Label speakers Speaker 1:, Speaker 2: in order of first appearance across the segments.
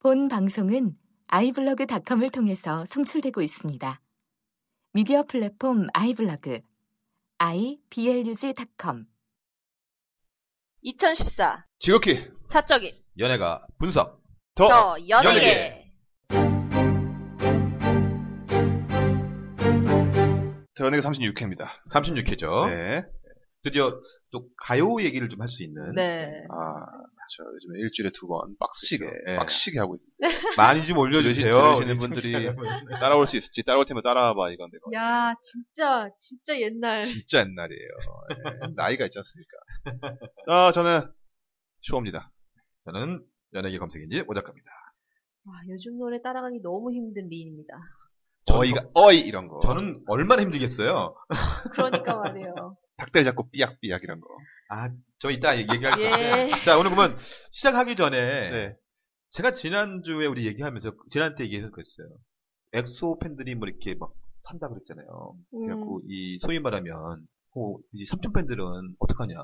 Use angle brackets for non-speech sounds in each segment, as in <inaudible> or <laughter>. Speaker 1: 본 방송은 아이블로그닷컴을 통해서 송출되고 있습니다. 미디어 플랫폼 아이블로그 iblog.com
Speaker 2: 2014
Speaker 3: 지극히
Speaker 2: 사적인
Speaker 3: 연예가 분석 더,
Speaker 2: 더
Speaker 3: 어? 연예계.
Speaker 2: 연예계
Speaker 4: 저 연예계 36회입니다.
Speaker 3: 36회죠.
Speaker 4: 네.
Speaker 3: 드디어 또 가요 얘기를 좀 할 수 있는
Speaker 2: 네
Speaker 4: 아, 저 요즘에 일주일에 두 번 빡시게,
Speaker 3: 네.
Speaker 4: 빡시게 하고 있는데
Speaker 3: 많이 좀 올려주세요.
Speaker 4: 들으시는
Speaker 3: 우리
Speaker 4: 분들이.
Speaker 3: 청취자분들.
Speaker 4: 따라올 수 있을지 따라올 테면 따라와봐 이건데 이거
Speaker 2: 야, 진짜, 진짜 옛날.
Speaker 4: 진짜 옛날이에요. 예, <laughs> 나이가 있지 않습니까?
Speaker 3: <laughs>
Speaker 4: 아, 저는 쇼입니다.
Speaker 3: 저는 연예계 검색인지 오작가입니다.
Speaker 2: 와, 요즘 노래 따라가기 너무 힘든 리인입니다.
Speaker 3: 저는- 뭐
Speaker 4: 어이가 어이 이런 거.
Speaker 3: 저는 얼마나 힘들겠어요. <laughs>
Speaker 2: 그러니까 말이에요.
Speaker 4: 닭다리 잡고 삐약삐약 이런 거.
Speaker 3: 아, 저 이따 얘- 얘기할
Speaker 2: 예.
Speaker 3: 건데. 자, 오늘 그러면 시작하기 전에
Speaker 4: 네.
Speaker 3: 제가 지난주에 우리 얘기하면서 지난 때 얘기해서 그랬어요. 엑소 팬들이 뭐 이렇게 막 산다 그랬잖아요.
Speaker 2: 음,
Speaker 3: 그래갖고 이 소위 말하면 어, 이제 삼촌 팬들은 어떡하냐.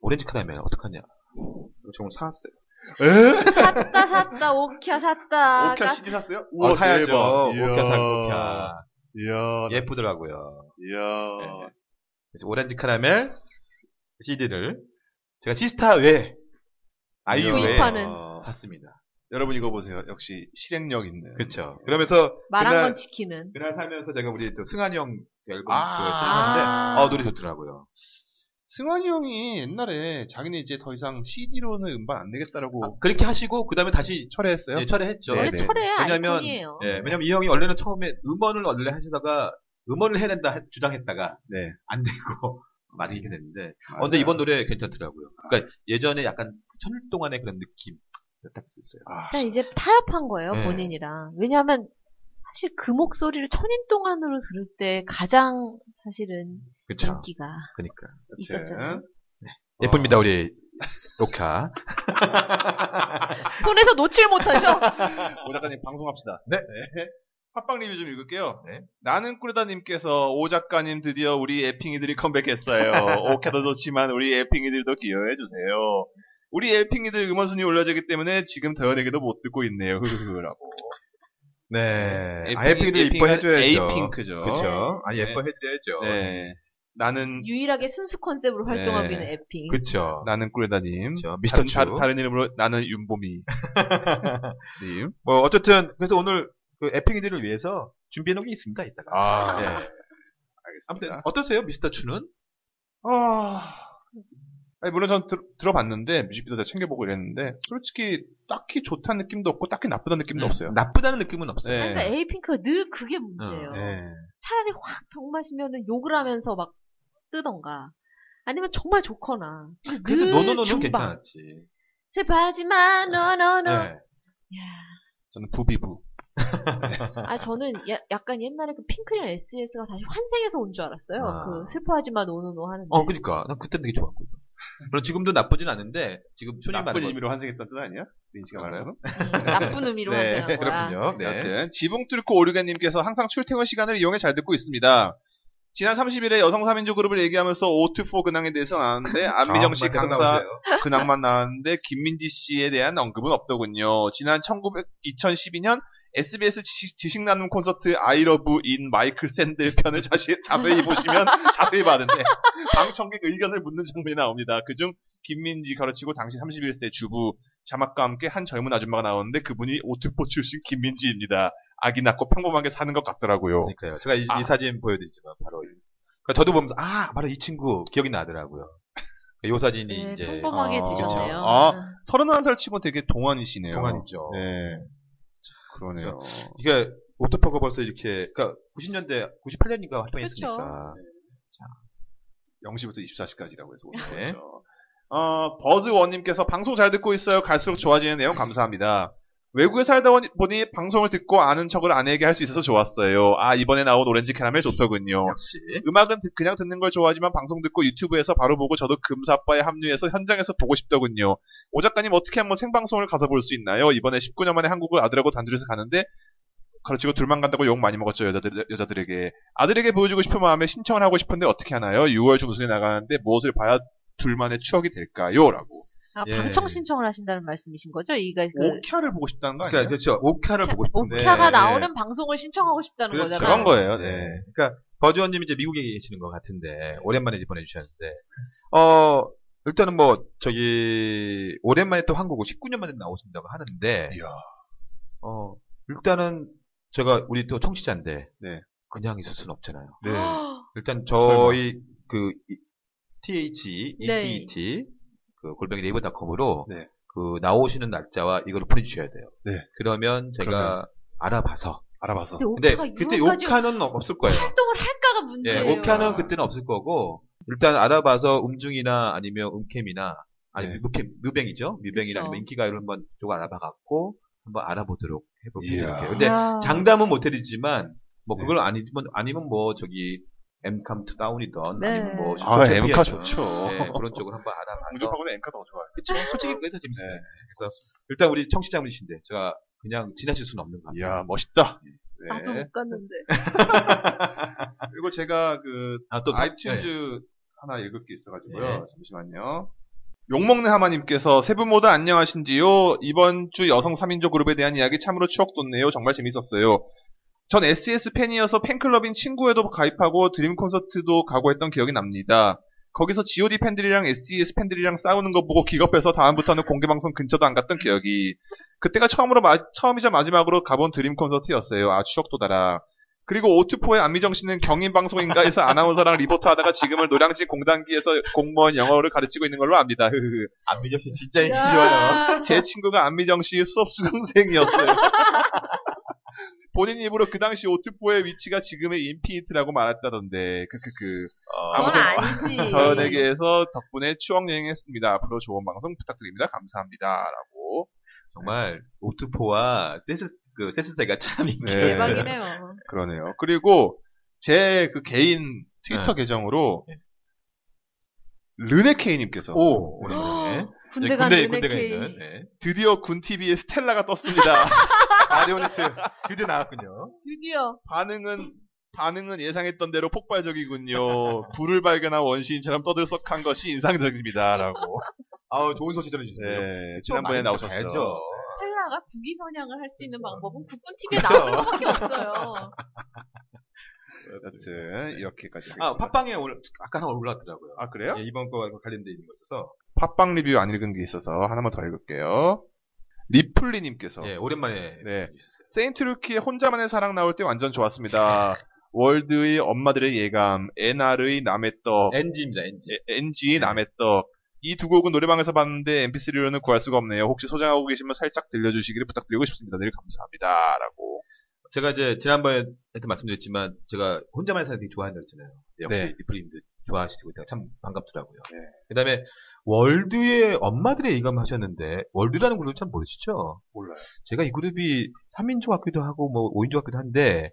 Speaker 3: 오렌지 카라멜 어떡하냐. 그래서 정말 사왔어요.
Speaker 4: 에?
Speaker 2: 샀다, 샀다, 오키야, 샀다.
Speaker 4: 오키아
Speaker 2: 까-
Speaker 4: CD 샀어요?
Speaker 3: 아, 사야죠.
Speaker 4: 대박.
Speaker 3: 오키아 살 오키아.
Speaker 4: 이야,
Speaker 3: 예쁘더라고요. 네.
Speaker 4: 이야.
Speaker 3: 그래서 오렌지 카라멜 CD를 제가 시스타 외 아이유 외
Speaker 2: 구입하는.
Speaker 3: 샀습니다.
Speaker 4: 여러분 이거 보세요. 역시 실행력 있네.
Speaker 3: 그렇죠. 그러면서
Speaker 2: 말한
Speaker 3: 그날-
Speaker 2: 건 지키는.
Speaker 3: 그날 살면서 제가 우리 또 승환이 형그 앨범
Speaker 4: 아.
Speaker 3: 그거
Speaker 2: 아,
Speaker 3: 쓰는데 어, 노래 좋더라고요.
Speaker 4: 승환이 형이 옛날에 자기는 이제 더 이상 CD로는 음반 안 내겠다라고
Speaker 3: 아, 그렇게 하시고 그 다음에 다시
Speaker 4: 철회했어요.
Speaker 3: 예, 철회했죠.
Speaker 4: 네,
Speaker 2: 원래
Speaker 4: 네네.
Speaker 2: 철회의
Speaker 3: 왜냐면-
Speaker 2: 아이콘이에요.
Speaker 3: 예, 왜냐면 이 형이 원래는 처음에 음원을 원래 하시다가 음원을 해야 된다 해- 주장했다가
Speaker 4: 네.
Speaker 3: 안 되고 많이 이렇게 됐는데 어, 근데 이번 노래 괜찮더라고요. 그러니까 예전에 약간 천일 동안의 그런 느낌 딱 있어요.
Speaker 4: 아,
Speaker 2: 일단 이제 타협한 거예요,
Speaker 3: 네.
Speaker 2: 본인이랑. 왜냐면, 사실 그 목소리를 천인 동안으로 들을 때 가장 사실은
Speaker 3: 그렇죠.
Speaker 2: 인기가
Speaker 3: 그러니까
Speaker 4: 그렇죠.
Speaker 2: 있었잖아요.
Speaker 4: 네.
Speaker 3: 네.
Speaker 4: 어,
Speaker 3: 예쁩니다 우리 로카. <laughs>
Speaker 2: 손에서 놓질 못하죠?
Speaker 4: 오 작가님 방송합시다.
Speaker 3: 네.
Speaker 4: 팟빵 리뷰 좀 읽을게요.
Speaker 3: 네.
Speaker 4: 나는 꾸르다님께서 오 작가님 드디어 우리 에핑이들이 컴백했어요. 오케도 좋지만 우리 에핑이들도 기여해주세요. 우리 에핑이들 음원순위 올려지기 때문에 지금 더 연예계도 못 듣고 있네요. 흐흐흐라고.
Speaker 3: 네.
Speaker 4: 에핑이-
Speaker 3: 아 예쁘기들
Speaker 4: 에핑이가
Speaker 3: 이뻐해줘야죠.
Speaker 4: 에이핑크죠.
Speaker 3: 그렇죠. 아
Speaker 4: 네.
Speaker 3: 예뻐해줘야죠.
Speaker 4: 네. 나는,
Speaker 2: 유일하게 순수 컨셉으로 활동하고
Speaker 4: 네.
Speaker 2: 있는 에핑.
Speaker 3: 그렇죠.
Speaker 4: 나는 꾸르다님.
Speaker 3: 그렇죠. 미스터
Speaker 4: 다,
Speaker 3: 추.
Speaker 4: 른 이름으로
Speaker 3: <laughs>
Speaker 4: 나는 윤보미. 님.
Speaker 3: 뭐 어쨌든 그래서 오늘 그 에픽이들을 위해서 준비해놓은 게 있습니다. 이따가.
Speaker 4: 아,
Speaker 3: 네. 아무튼
Speaker 4: 알겠습니다.
Speaker 3: 어떠세요, 미스터 추는?
Speaker 4: 아. 아니, 물론 전 들, 들어봤는데, 뮤직비디오 다 챙겨보고 이랬는데, 솔직히 딱히 좋다는 느낌도 없고, 딱히 나쁘다는
Speaker 3: 음,
Speaker 4: 느낌도 없어요.
Speaker 3: 네. 나쁘다는 느낌은 없어요.
Speaker 4: 네.
Speaker 2: 그러니까 에이핑크가 늘 그게 문제예요.
Speaker 3: 어,
Speaker 4: 네.
Speaker 2: 차라리 확 병마시면은 욕을 하면서 막 뜨던가. 아니면 정말 좋거나.
Speaker 3: 그래도
Speaker 2: 늘
Speaker 3: 노노노는
Speaker 2: 중반.
Speaker 3: 괜찮았지.
Speaker 2: 제발 하지마, 노노노.
Speaker 3: 네.
Speaker 4: 저는 부비부.
Speaker 2: 아, 저는 야- 약간 옛날에 그 핑크랑 SS가 다시 환생해서 온 줄 알았어요.
Speaker 3: 아.
Speaker 2: 그 슬퍼하지마, 노노노 하는데.
Speaker 4: 네.
Speaker 3: 어, 그니까. 난 그때 되게 좋았거든. 물론 지금도 나쁘진 않은데, 지금 손이
Speaker 4: 나쁜
Speaker 3: 말하는
Speaker 4: 의미로 환생했다는 뜻 아니야? 민씨가 말하는 건?
Speaker 2: 나쁜 의미로
Speaker 4: 네,
Speaker 2: 환생한 거야.
Speaker 3: 그렇군요. 네.
Speaker 4: 여튼, 지붕 뚫고 오류개님께서 항상 출퇴근 시간을 이용해 잘 듣고 있습니다. 지난 30일에 여성 3인조 그룹을 얘기하면서 O2-4 근황에
Speaker 3: <laughs>
Speaker 4: 대해서 나왔는데, 안민정 씨
Speaker 3: 아, 정말 계속
Speaker 4: 강사
Speaker 3: 나오세요.
Speaker 4: 근황만 나왔는데, 김민지 씨에 대한 언급은 없더군요. 지난 1900, 2012년 SBS 지식, 지식 나눔 콘서트 아이러브 인 마이클 샌들 편을 자시, 자세히 <laughs> 보시면 자세히 봤는데, 방청객 의견을 묻는 장면이 나옵니다. 그중 김민지 가르치고 당시 31세 주부, 자막과 함께 한 젊은 아줌마가 나오는데 그분이 오투포 출신 김민지입니다. 아기 낳고 평범하게 사는 것 같더라고요.
Speaker 3: 그러니까요. 제가 이, 이
Speaker 4: 아.
Speaker 3: 사진 보여드리지만, 바로. 이- 그러니까 저도 보면서, 아, 바로 이 친구, 기억이 나더라고요. 그러니까 요 사진이
Speaker 2: 네,
Speaker 3: 이제. 어,
Speaker 2: 평범하게
Speaker 4: 아,
Speaker 2: 되셨네요.
Speaker 4: 그렇죠. 아. 31살 치고 되게 동안이시네요.
Speaker 3: 동안이죠.
Speaker 4: 네. 그러네요.
Speaker 3: 이게 오토퍼가 벌써 이렇게 그러니까 90년대 98년인가 활동했으니까 네.
Speaker 4: 영 0시부터 24시까지라고 해서 오늘
Speaker 3: 네.
Speaker 4: 거죠. 어, 버즈원님께서 방송 잘 듣고 있어요. 갈수록 좋아지는 내용 감사합니다. 외국에 살다 원- 보니 방송을 듣고 아는 척을 아내에게 할 수 있어서 좋았어요. 아, 이번에 나온 오렌지 캐러멜 좋더군요.
Speaker 3: 역시
Speaker 4: 음악은 듣- 그냥 듣는 걸 좋아하지만 방송 듣고 유튜브에서 바로 보고 저도 금사빠에 합류해서 현장에서 보고 싶더군요. 오 작가님 어떻게 한번 생방송을 가서 볼 수 있나요? 이번에 19년 만에 한국을 아들하고 단둘이서 가는데 가르치고 둘만 간다고 욕 많이 먹었죠 여자들 여자들에게 아들에게 보여주고 싶은 마음에 신청을 하고 싶은데 어떻게 하나요? 6월 중순에 나가는데 무엇을 봐야 둘만의 추억이 될까요?라고
Speaker 2: 아,
Speaker 3: 예.
Speaker 2: 방청 신청을 하신다는 말씀이신 거죠? 이가 그
Speaker 4: 오키아를 보고 싶다는 거 아니에요?
Speaker 3: 그러니까 그렇죠. 오카를 보고 싶은데
Speaker 2: 오키아가
Speaker 4: 네.
Speaker 2: 나오는 방송을 신청하고 싶다는
Speaker 3: 그렇죠.
Speaker 2: 거잖아요.
Speaker 4: 그런 거예요.
Speaker 3: 네.
Speaker 4: 네.
Speaker 3: 그러니까 버즈원님이 이제 미국에 계시는 것 같은데 오랜만에 이제 보내주셨는데 어 일단은 뭐 저기 오랜만에 또 한국으로 19년 만에 나오신다고 하는데
Speaker 4: 이야.
Speaker 3: 어 일단은 제가 우리 또 청취자인데
Speaker 4: 네.
Speaker 3: 그냥 있을 수는 없잖아요.
Speaker 4: 네.
Speaker 3: 일단 저희 그 TH
Speaker 2: 네.
Speaker 3: ET E 그 골뱅이 네이버닷컴으로
Speaker 4: 네.
Speaker 3: 그 나오시는 날짜와 이걸 보내주셔야 돼요.
Speaker 4: 네.
Speaker 3: 그러면 제가
Speaker 4: 그러면- 어,
Speaker 3: 알아봐서
Speaker 4: 알아봐서.
Speaker 2: 근데
Speaker 3: 근데
Speaker 2: 오카가
Speaker 3: 그때
Speaker 2: 유럽까지
Speaker 3: 오카는 없을 거예요.
Speaker 2: 활동을 할까가 문제예요.
Speaker 3: 예,
Speaker 4: 그래요.
Speaker 3: 오케아는 그때는 없을 거고 일단 알아봐서 음중이나 아니면 음캠이나 아니
Speaker 4: 네.
Speaker 3: 뮤캠, 뮤뱅이죠 뮤뱅이나
Speaker 2: 그쵸.
Speaker 3: 아니면 인기가요를 한번 쪽 알아봐갖고 한번 알아보도록 해볼게요.
Speaker 4: 이야.
Speaker 3: 이렇게. 근데
Speaker 2: 야.
Speaker 3: 장담은 못해드리지만 뭐
Speaker 4: 네.
Speaker 3: 그걸 아니면 아니면 뭐 저기 엠캄 투다운이던
Speaker 2: 네.
Speaker 3: 아니면 뭐
Speaker 4: 아,
Speaker 3: 슈퍼
Speaker 4: 엠카
Speaker 3: TV였던,
Speaker 4: 좋죠.
Speaker 3: 네, 그런 쪽을 한번 알아봐서
Speaker 4: 무조건 앵커 더 좋아요.
Speaker 3: 그쵸 솔직히 그게 더 재밌어요.
Speaker 4: 네.
Speaker 3: 그래서 일단 우리 청취자분이신데 제가 그냥 지나칠 수는 없는 것 같아요.
Speaker 4: 이야, 멋있다.
Speaker 2: 나도
Speaker 4: 네.
Speaker 2: 못 갔는데.
Speaker 4: 그리고 제가 그
Speaker 3: 아, 또 네.
Speaker 4: 아이튠즈 하나 읽을 게 있어가지고요.
Speaker 3: 네.
Speaker 4: 잠시만요. 욕먹는 하마님께서 세분 모두 안녕하신지요. 이번 주 여성 3인조 그룹에 대한 이야기 참으로 추억 돋네요. 정말 재밌었어요. 전 SS 팬이어서 팬클럽인 친구에도 가입하고 드림 콘서트도 가고 했던 기억이 납니다. 거기서 GOD 팬들이랑 SES 팬들이랑 싸우는 거 보고 기겁해서 다음부터는 공개방송 근처도 안 갔던 기억이. 그때가 처음으로 마- 처음이자 마지막으로 가본 드림 콘서트였어요. 아 추억 돋아라. 그리고 O2포의 안미정 씨는 경인방송인가에서 아나운서랑 리포터 하다가 지금은 노량진 공단기에서 공무원 영어를 가르치고 있는 걸로 압니다. 흐흐흐.
Speaker 3: 안미정 씨 진짜 인기
Speaker 2: 야.
Speaker 3: 네, 좋아요.
Speaker 4: 제 친구가 안미정 씨 수업 수강생이었어요. <laughs> 본인 입으로 그 당시 O2포의 위치가 지금의 인피니트라고 말했다던데. 그크크.
Speaker 3: 어,
Speaker 2: 그건
Speaker 4: 아무튼
Speaker 2: 아니지.
Speaker 3: <laughs>
Speaker 2: 네.
Speaker 4: 저에게에서 덕분에 추억 여행했습니다. 앞으로 좋은 방송 부탁드립니다. 감사합니다라고.
Speaker 3: 정말 오투포와 세스 그 세스세가 참 인기가
Speaker 4: 네.
Speaker 3: 있어요.
Speaker 2: 대박이네요.
Speaker 4: 그러네요. 그리고 제 그 개인 트위터
Speaker 3: 네.
Speaker 4: 계정으로
Speaker 3: 네.
Speaker 4: 르네케이님께서
Speaker 3: 오 오랜만에
Speaker 2: 아, 군대 가는 은혜케이.
Speaker 3: 있는 네.
Speaker 4: 드디어 군 TV에 스텔라가
Speaker 3: <laughs>
Speaker 4: 떴습니다.
Speaker 3: 마리오네트 그대 나왔군요.
Speaker 2: 드디어
Speaker 4: 반응은 반응은 예상했던 대로 폭발적이군요. 불을 발견한 원시인처럼 떠들썩한 것이 인상적입니다라고.
Speaker 3: <laughs> 아우 좋은 소식 전해주세요.
Speaker 4: 네,
Speaker 3: 또 많이
Speaker 4: 지난번에 나오셨죠.
Speaker 3: 가야죠.
Speaker 2: 셀라가 국위 선양을 할 수 있는 방법은 국군 TV에
Speaker 3: 그렇죠.
Speaker 2: 나오는 것밖에 없어요.
Speaker 4: 여튼 이렇게까지.
Speaker 3: 아
Speaker 4: 하겠습니다.
Speaker 3: 팟빵에 오늘 아까 하나 올라왔더라고요.
Speaker 4: 아 그래요?
Speaker 3: 예, 이번 거와 관련돼 있는 거 있어서
Speaker 4: 팟빵 리뷰 안 읽은 게 있어서 하나만 더 읽을게요. 리플리님께서
Speaker 3: 예 오랜만에
Speaker 4: 어. 네.
Speaker 3: 보내주셨어요.
Speaker 4: 세인트루키의 혼자만의 사랑 나올 때 완전 좋았습니다. <laughs> 월드의 엄마들의 예감, NR의 남의 떡,
Speaker 3: NG입니다 NG.
Speaker 4: NG의 남의 떡. 이 두 곡은 노래방에서 봤는데 MP3로는 구할 수가 없네요. 혹시 소장하고 계시면 살짝 들려주시기를 부탁드리고 싶습니다. 늘 감사합니다. 라고.
Speaker 3: 제가 이제 지난번에 하여튼 말씀드렸지만 제가 혼자만 사는 되게 좋아한다 그랬잖아요. 근데 역시
Speaker 4: 네.
Speaker 3: 리플님도 좋아하시고 있다가 참 반갑더라고요.
Speaker 4: 네.
Speaker 3: 그다음에 월드의 엄마들의 이감 하셨는데 월드라는 그룹 참 모르시죠?
Speaker 4: 몰라요.
Speaker 3: 제가 이 그룹이 3인조 같기도 하고 뭐 5인조 같기도 한데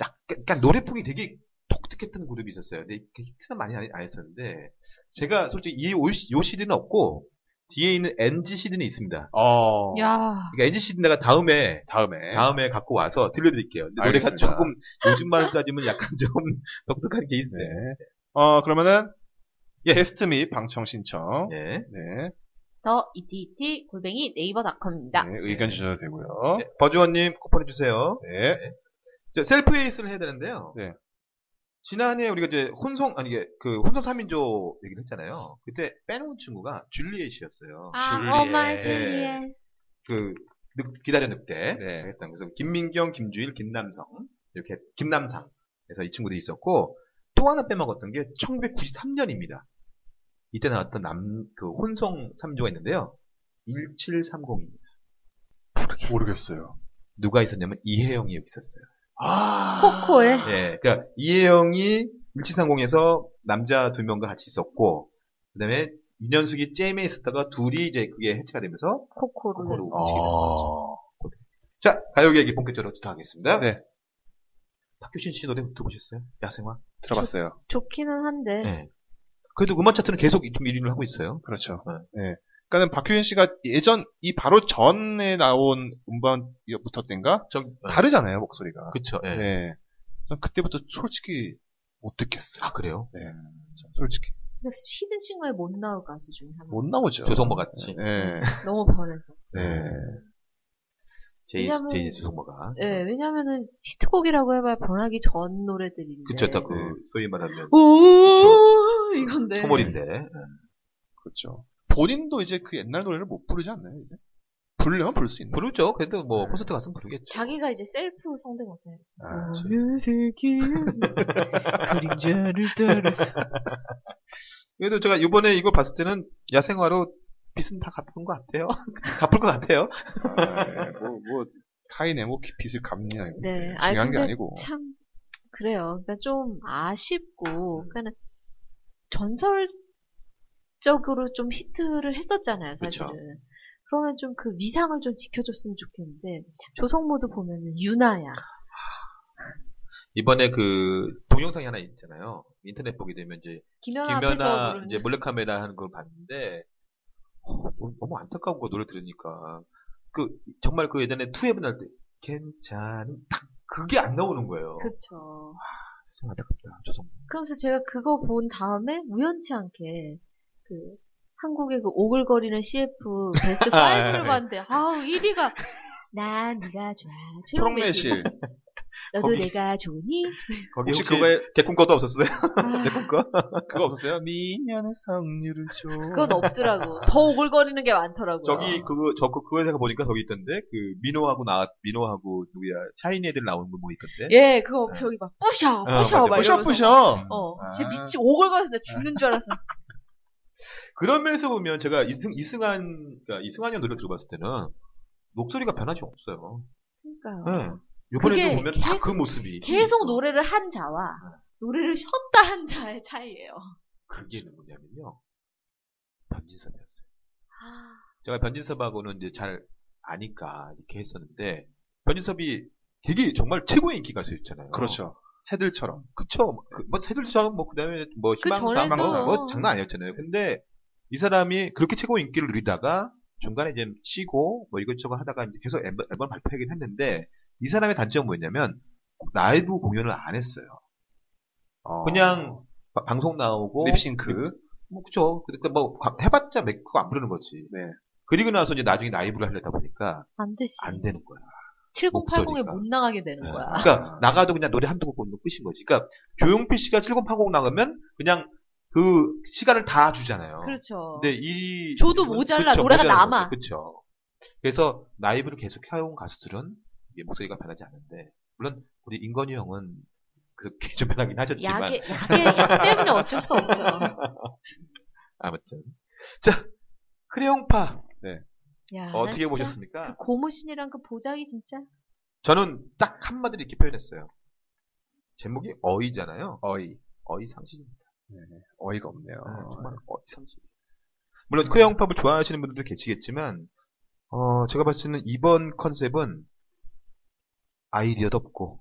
Speaker 3: 약- 약간 노래풍이 되게 독특했던 그룹이 있었어요. 근데 이렇게 히트는 많이 안, 안 했었는데 제가 솔직히 이 올- 요 CD는 없고 뒤에 있는 NG CD는 있습니다.
Speaker 4: 어.
Speaker 2: 야.
Speaker 3: 그러니까 NG CD는 내가 다음에
Speaker 4: 다음에.
Speaker 3: 다음에 갖고 와서 들려드릴게요. 근데 노래가
Speaker 4: 예. 알겠습니다.
Speaker 3: 조금 요즘 말로 따지면 약간 <laughs> 좀 독특한 게
Speaker 4: 네.
Speaker 3: 있어요.
Speaker 4: 어, 그러면은. 테스트 및 방청 신청. 네.
Speaker 3: 네.
Speaker 2: 더 ETT 골뱅이 네이버닷컴입니다.
Speaker 3: 어,
Speaker 4: 네, 의견 주셔도 되고요.
Speaker 3: 네, 버즈원님 쿠폰 해주세요.
Speaker 4: 네.
Speaker 3: 저 셀프 에이스를 해야 되는데요.
Speaker 4: 네.
Speaker 3: 지난해 우리가 이제 혼성 아니 이게 그 혼성 3인조 얘기를 했잖아요. 그때 빼놓은 친구가 줄리엣이었어요.
Speaker 2: 아,
Speaker 4: 줄리엣.
Speaker 2: 오마이 줄리엣.
Speaker 3: 그 늑- 기다려 늑대
Speaker 4: 네.
Speaker 3: 했던 그래서 김민경, 김주일, 김남성 이렇게 김남상 그래서 이 친구도 있었고 또 하나 빼먹었던 게 1993년입니다. 이때 나왔던 남 그 혼성 3조가 있는데요. 1730입니다.
Speaker 4: 모르겠어요.
Speaker 3: 누가 있었냐면 이혜영이 여기 있었어요.
Speaker 4: 아.
Speaker 2: 코코의
Speaker 3: 예, 그러니까 이혜영이 1730에서 남자 두 명과 같이 있었고, 그다음에 이년숙이 잼에 있었다가 둘이 이제 그게 해체가 되면서
Speaker 2: 코코로.
Speaker 4: 네. 아,
Speaker 3: 거꾸로
Speaker 4: 어.
Speaker 3: 자, 가요계 얘기 본격적으로 시작하겠습니다.
Speaker 4: 네.
Speaker 3: 박효신 씨 노래 들어보셨어요? 야생화?
Speaker 4: 들어봤어요.
Speaker 2: 좋기는 한데.
Speaker 3: 네. 그래도 음원 차트는 계속 좀 1위를 하고 있어요.
Speaker 4: 그렇죠.
Speaker 3: 네.
Speaker 4: 네. 그러니까는 박효진 씨가 예전 이 바로 전에 나온 음반부터 땐가
Speaker 3: 저,
Speaker 4: 다르잖아요 목소리가.
Speaker 3: 네. 그쵸, 예.
Speaker 4: 네. 전 그때부터 솔직히 못 듣겠어요.
Speaker 3: 아, 그래요?
Speaker 4: 네. 전 솔직히.
Speaker 2: 근데 히든싱어에 못 나올 가수 중에 하나.
Speaker 4: 못 나오죠.
Speaker 3: 조성모 같이.
Speaker 4: 예.
Speaker 2: 너무 변해서.
Speaker 3: 네.
Speaker 4: 예.
Speaker 3: 제이,
Speaker 2: 왜냐면-
Speaker 3: 제이 조성모가.
Speaker 2: 예, 왜냐면은 히트곡이라고 해봐야 변하기 전 노래들인데.
Speaker 3: 그쵸, 딱 그,
Speaker 4: 네.
Speaker 3: 소위 말하면.
Speaker 2: 오 이건데.
Speaker 3: 소몰인데. 예.
Speaker 4: 그렇죠. 본인도 이제 그 옛날 노래를 못 부르지 않나요? 이제? 부르려면 부를 수 있나요?
Speaker 3: 부르죠. 그래도 뭐, 콘서트 가서 부르겠죠.
Speaker 2: 자기가 이제 셀프 성대모사예요.
Speaker 4: 아,
Speaker 2: 어,
Speaker 4: 저-
Speaker 2: 새끼 그림자를 따라서.
Speaker 3: 그래도 제가 이번에 이걸 봤을 때는 야생화로 빚은 다 갚은 것 같아요. <laughs> 갚을 것 같아요.
Speaker 4: 아, 예. 뭐, 뭐, 타인의 뭐 빚을 갚냐. 이거.
Speaker 2: 네, 아니,
Speaker 4: 중요한 게
Speaker 2: 근데
Speaker 4: 아니고.
Speaker 2: 참 그래요. 그러니까 좀
Speaker 3: 음.
Speaker 2: 아쉽고, 그러니까 는 전설적으로 좀 히트를 했었잖아요,
Speaker 3: 그쵸.
Speaker 2: 사실은. 그러면 좀 그 위상을 좀 지켜줬으면 좋겠는데 조성모도 보면은 유나야.
Speaker 3: 이번에 그, 동영상이 하나 있잖아요. 인터넷 보게 되면 이제,
Speaker 2: 김연아 앞에서
Speaker 3: 김연아
Speaker 2: 부르는
Speaker 3: 이제 몰래카메라 하는 걸 봤는데 어, 너무- 너무 안타까운 거 노래 들으니까 그 정말 그 예전에 투앱 날때 괜찮은 딱 그게 안 나오는 거예요. 아,
Speaker 2: 그쵸.
Speaker 3: 세상 안타깝다. 조성.
Speaker 2: 그러면서 제가 그거 본 다음에 우연치 않게 그 한국의 그 오글거리는 CF 베스트
Speaker 3: 아, 네.
Speaker 2: 5를 봤는데 아우 1위가 난 네가 좋아 최홍매실
Speaker 4: 초록매실.
Speaker 2: 너도
Speaker 3: 거기-
Speaker 2: 내가
Speaker 3: <laughs>
Speaker 2: 좋으니
Speaker 3: 거기
Speaker 4: 혹시
Speaker 3: 혹시
Speaker 4: 그거에, <laughs>
Speaker 3: 개콘 거도 없었어요? <laughs>
Speaker 2: 아,
Speaker 3: 개콘 거?
Speaker 4: 그거 없었어요? 미녀는 성류를 줘.
Speaker 2: 그건 없더라고 더 오글거리는 게 많더라고요
Speaker 3: 저기 그거 저그 그거 제가 보니까 거기 있던데 그 민호하고 나 민호하고 누구야 샤이니 애들 나오는 거 뭐 있던데?
Speaker 2: 예 그거 저기 막 뿌셔 뿌셔
Speaker 3: 맞아.
Speaker 2: 막
Speaker 4: 뿌셔,
Speaker 2: 이러면서
Speaker 4: 뿌셔.
Speaker 2: 어, 제
Speaker 4: 아.
Speaker 2: 미치 오글거려서 내가 죽는 줄 알았어.
Speaker 3: 그런 면에서 보면 제가 이승 이승한 그러니까 이승한이 형 노래 들어봤을 때는 목소리가 변하지 없어요.
Speaker 2: 그러니까요.
Speaker 3: 네. 이번에도
Speaker 2: 그게
Speaker 3: 보면 다 그
Speaker 2: 계속-
Speaker 3: 모습이
Speaker 2: 계속 노래를 한 자와 노래를 쉬었다 한 자의 차이예요.
Speaker 3: 그게 뭐냐면요. 변진섭이었어요. 제가 변진섭하고는 이제 잘 아니까 이렇게 했었는데, 변진섭이 되게 정말 최고의 인기 가수였잖아요.
Speaker 4: 그렇죠. 새들처럼.
Speaker 3: 그쵸. 그, 뭐, 새들처럼 뭐, 그 다음에 뭐,
Speaker 2: 그
Speaker 3: 희망,
Speaker 2: 전에도-
Speaker 3: 사망, 뭐, 장난 아니었잖아요. 근데 이 사람이 그렇게 최고의 인기를 누리다가 중간에 이제 쉬고 뭐 이것저것 하다가 이제 계속 앨범, 앨범 발표하긴 했는데, 이 사람의 단점은 뭐였냐면, 라이브 공연을 안 했어요.
Speaker 4: 어.
Speaker 3: 그냥 바- 방송 나오고,
Speaker 4: 립싱크.
Speaker 3: 뭐, 그쵸. 그러니까 뭐, 가- 해봤자 맥- 그거 안 부르는 거지.
Speaker 4: 네.
Speaker 3: 그리고 나서 이제 나중에 라이브를 하려다 보니까
Speaker 2: 안 되지.
Speaker 3: 안
Speaker 4: 음.
Speaker 3: 되는 거야.
Speaker 2: 7080에
Speaker 3: 목소리가.
Speaker 2: 못 나가게 되는
Speaker 3: 네.
Speaker 2: 거야.
Speaker 4: 아.
Speaker 3: 그러니까 나가도 그냥 노래 한두 곡 부르는 거 끝인 거지. 그러니까 조용필 씨가 7080 나가면 그냥 그 시간을 다 주잖아요.
Speaker 2: 그렇죠.
Speaker 3: 어. 근데 이
Speaker 2: 줘도 모자라, 노래가 남아.
Speaker 3: 그렇죠. 그래서 라이브를 계속 해온 가수들은 이게 목소리가 변하지 않는데 물론 우리 인건희 형은 그렇게 <laughs> 좀 변하긴 하셨지만
Speaker 2: 약에, 약에, 약 때문에 어쩔 수 없죠.
Speaker 3: 아무튼 자 크레용파
Speaker 2: 야, 난
Speaker 3: 어떻게
Speaker 2: 아, 진짜
Speaker 3: 보셨습니까?
Speaker 2: 그 고무신이랑 그 보장이 진짜.
Speaker 3: 저는 딱 한마디로 이렇게 표현했어요. 제목이 어이잖아요.
Speaker 4: 어이.
Speaker 3: 어이 상실입니다.
Speaker 4: 어이가 없네요.
Speaker 3: 아, 정말 어이 음. 상실. 물론 크레용팝을 좋아하시는 분들도 계시겠지만, 어, 제가 봤을 때는 이번 컨셉은 아이디어도 없고,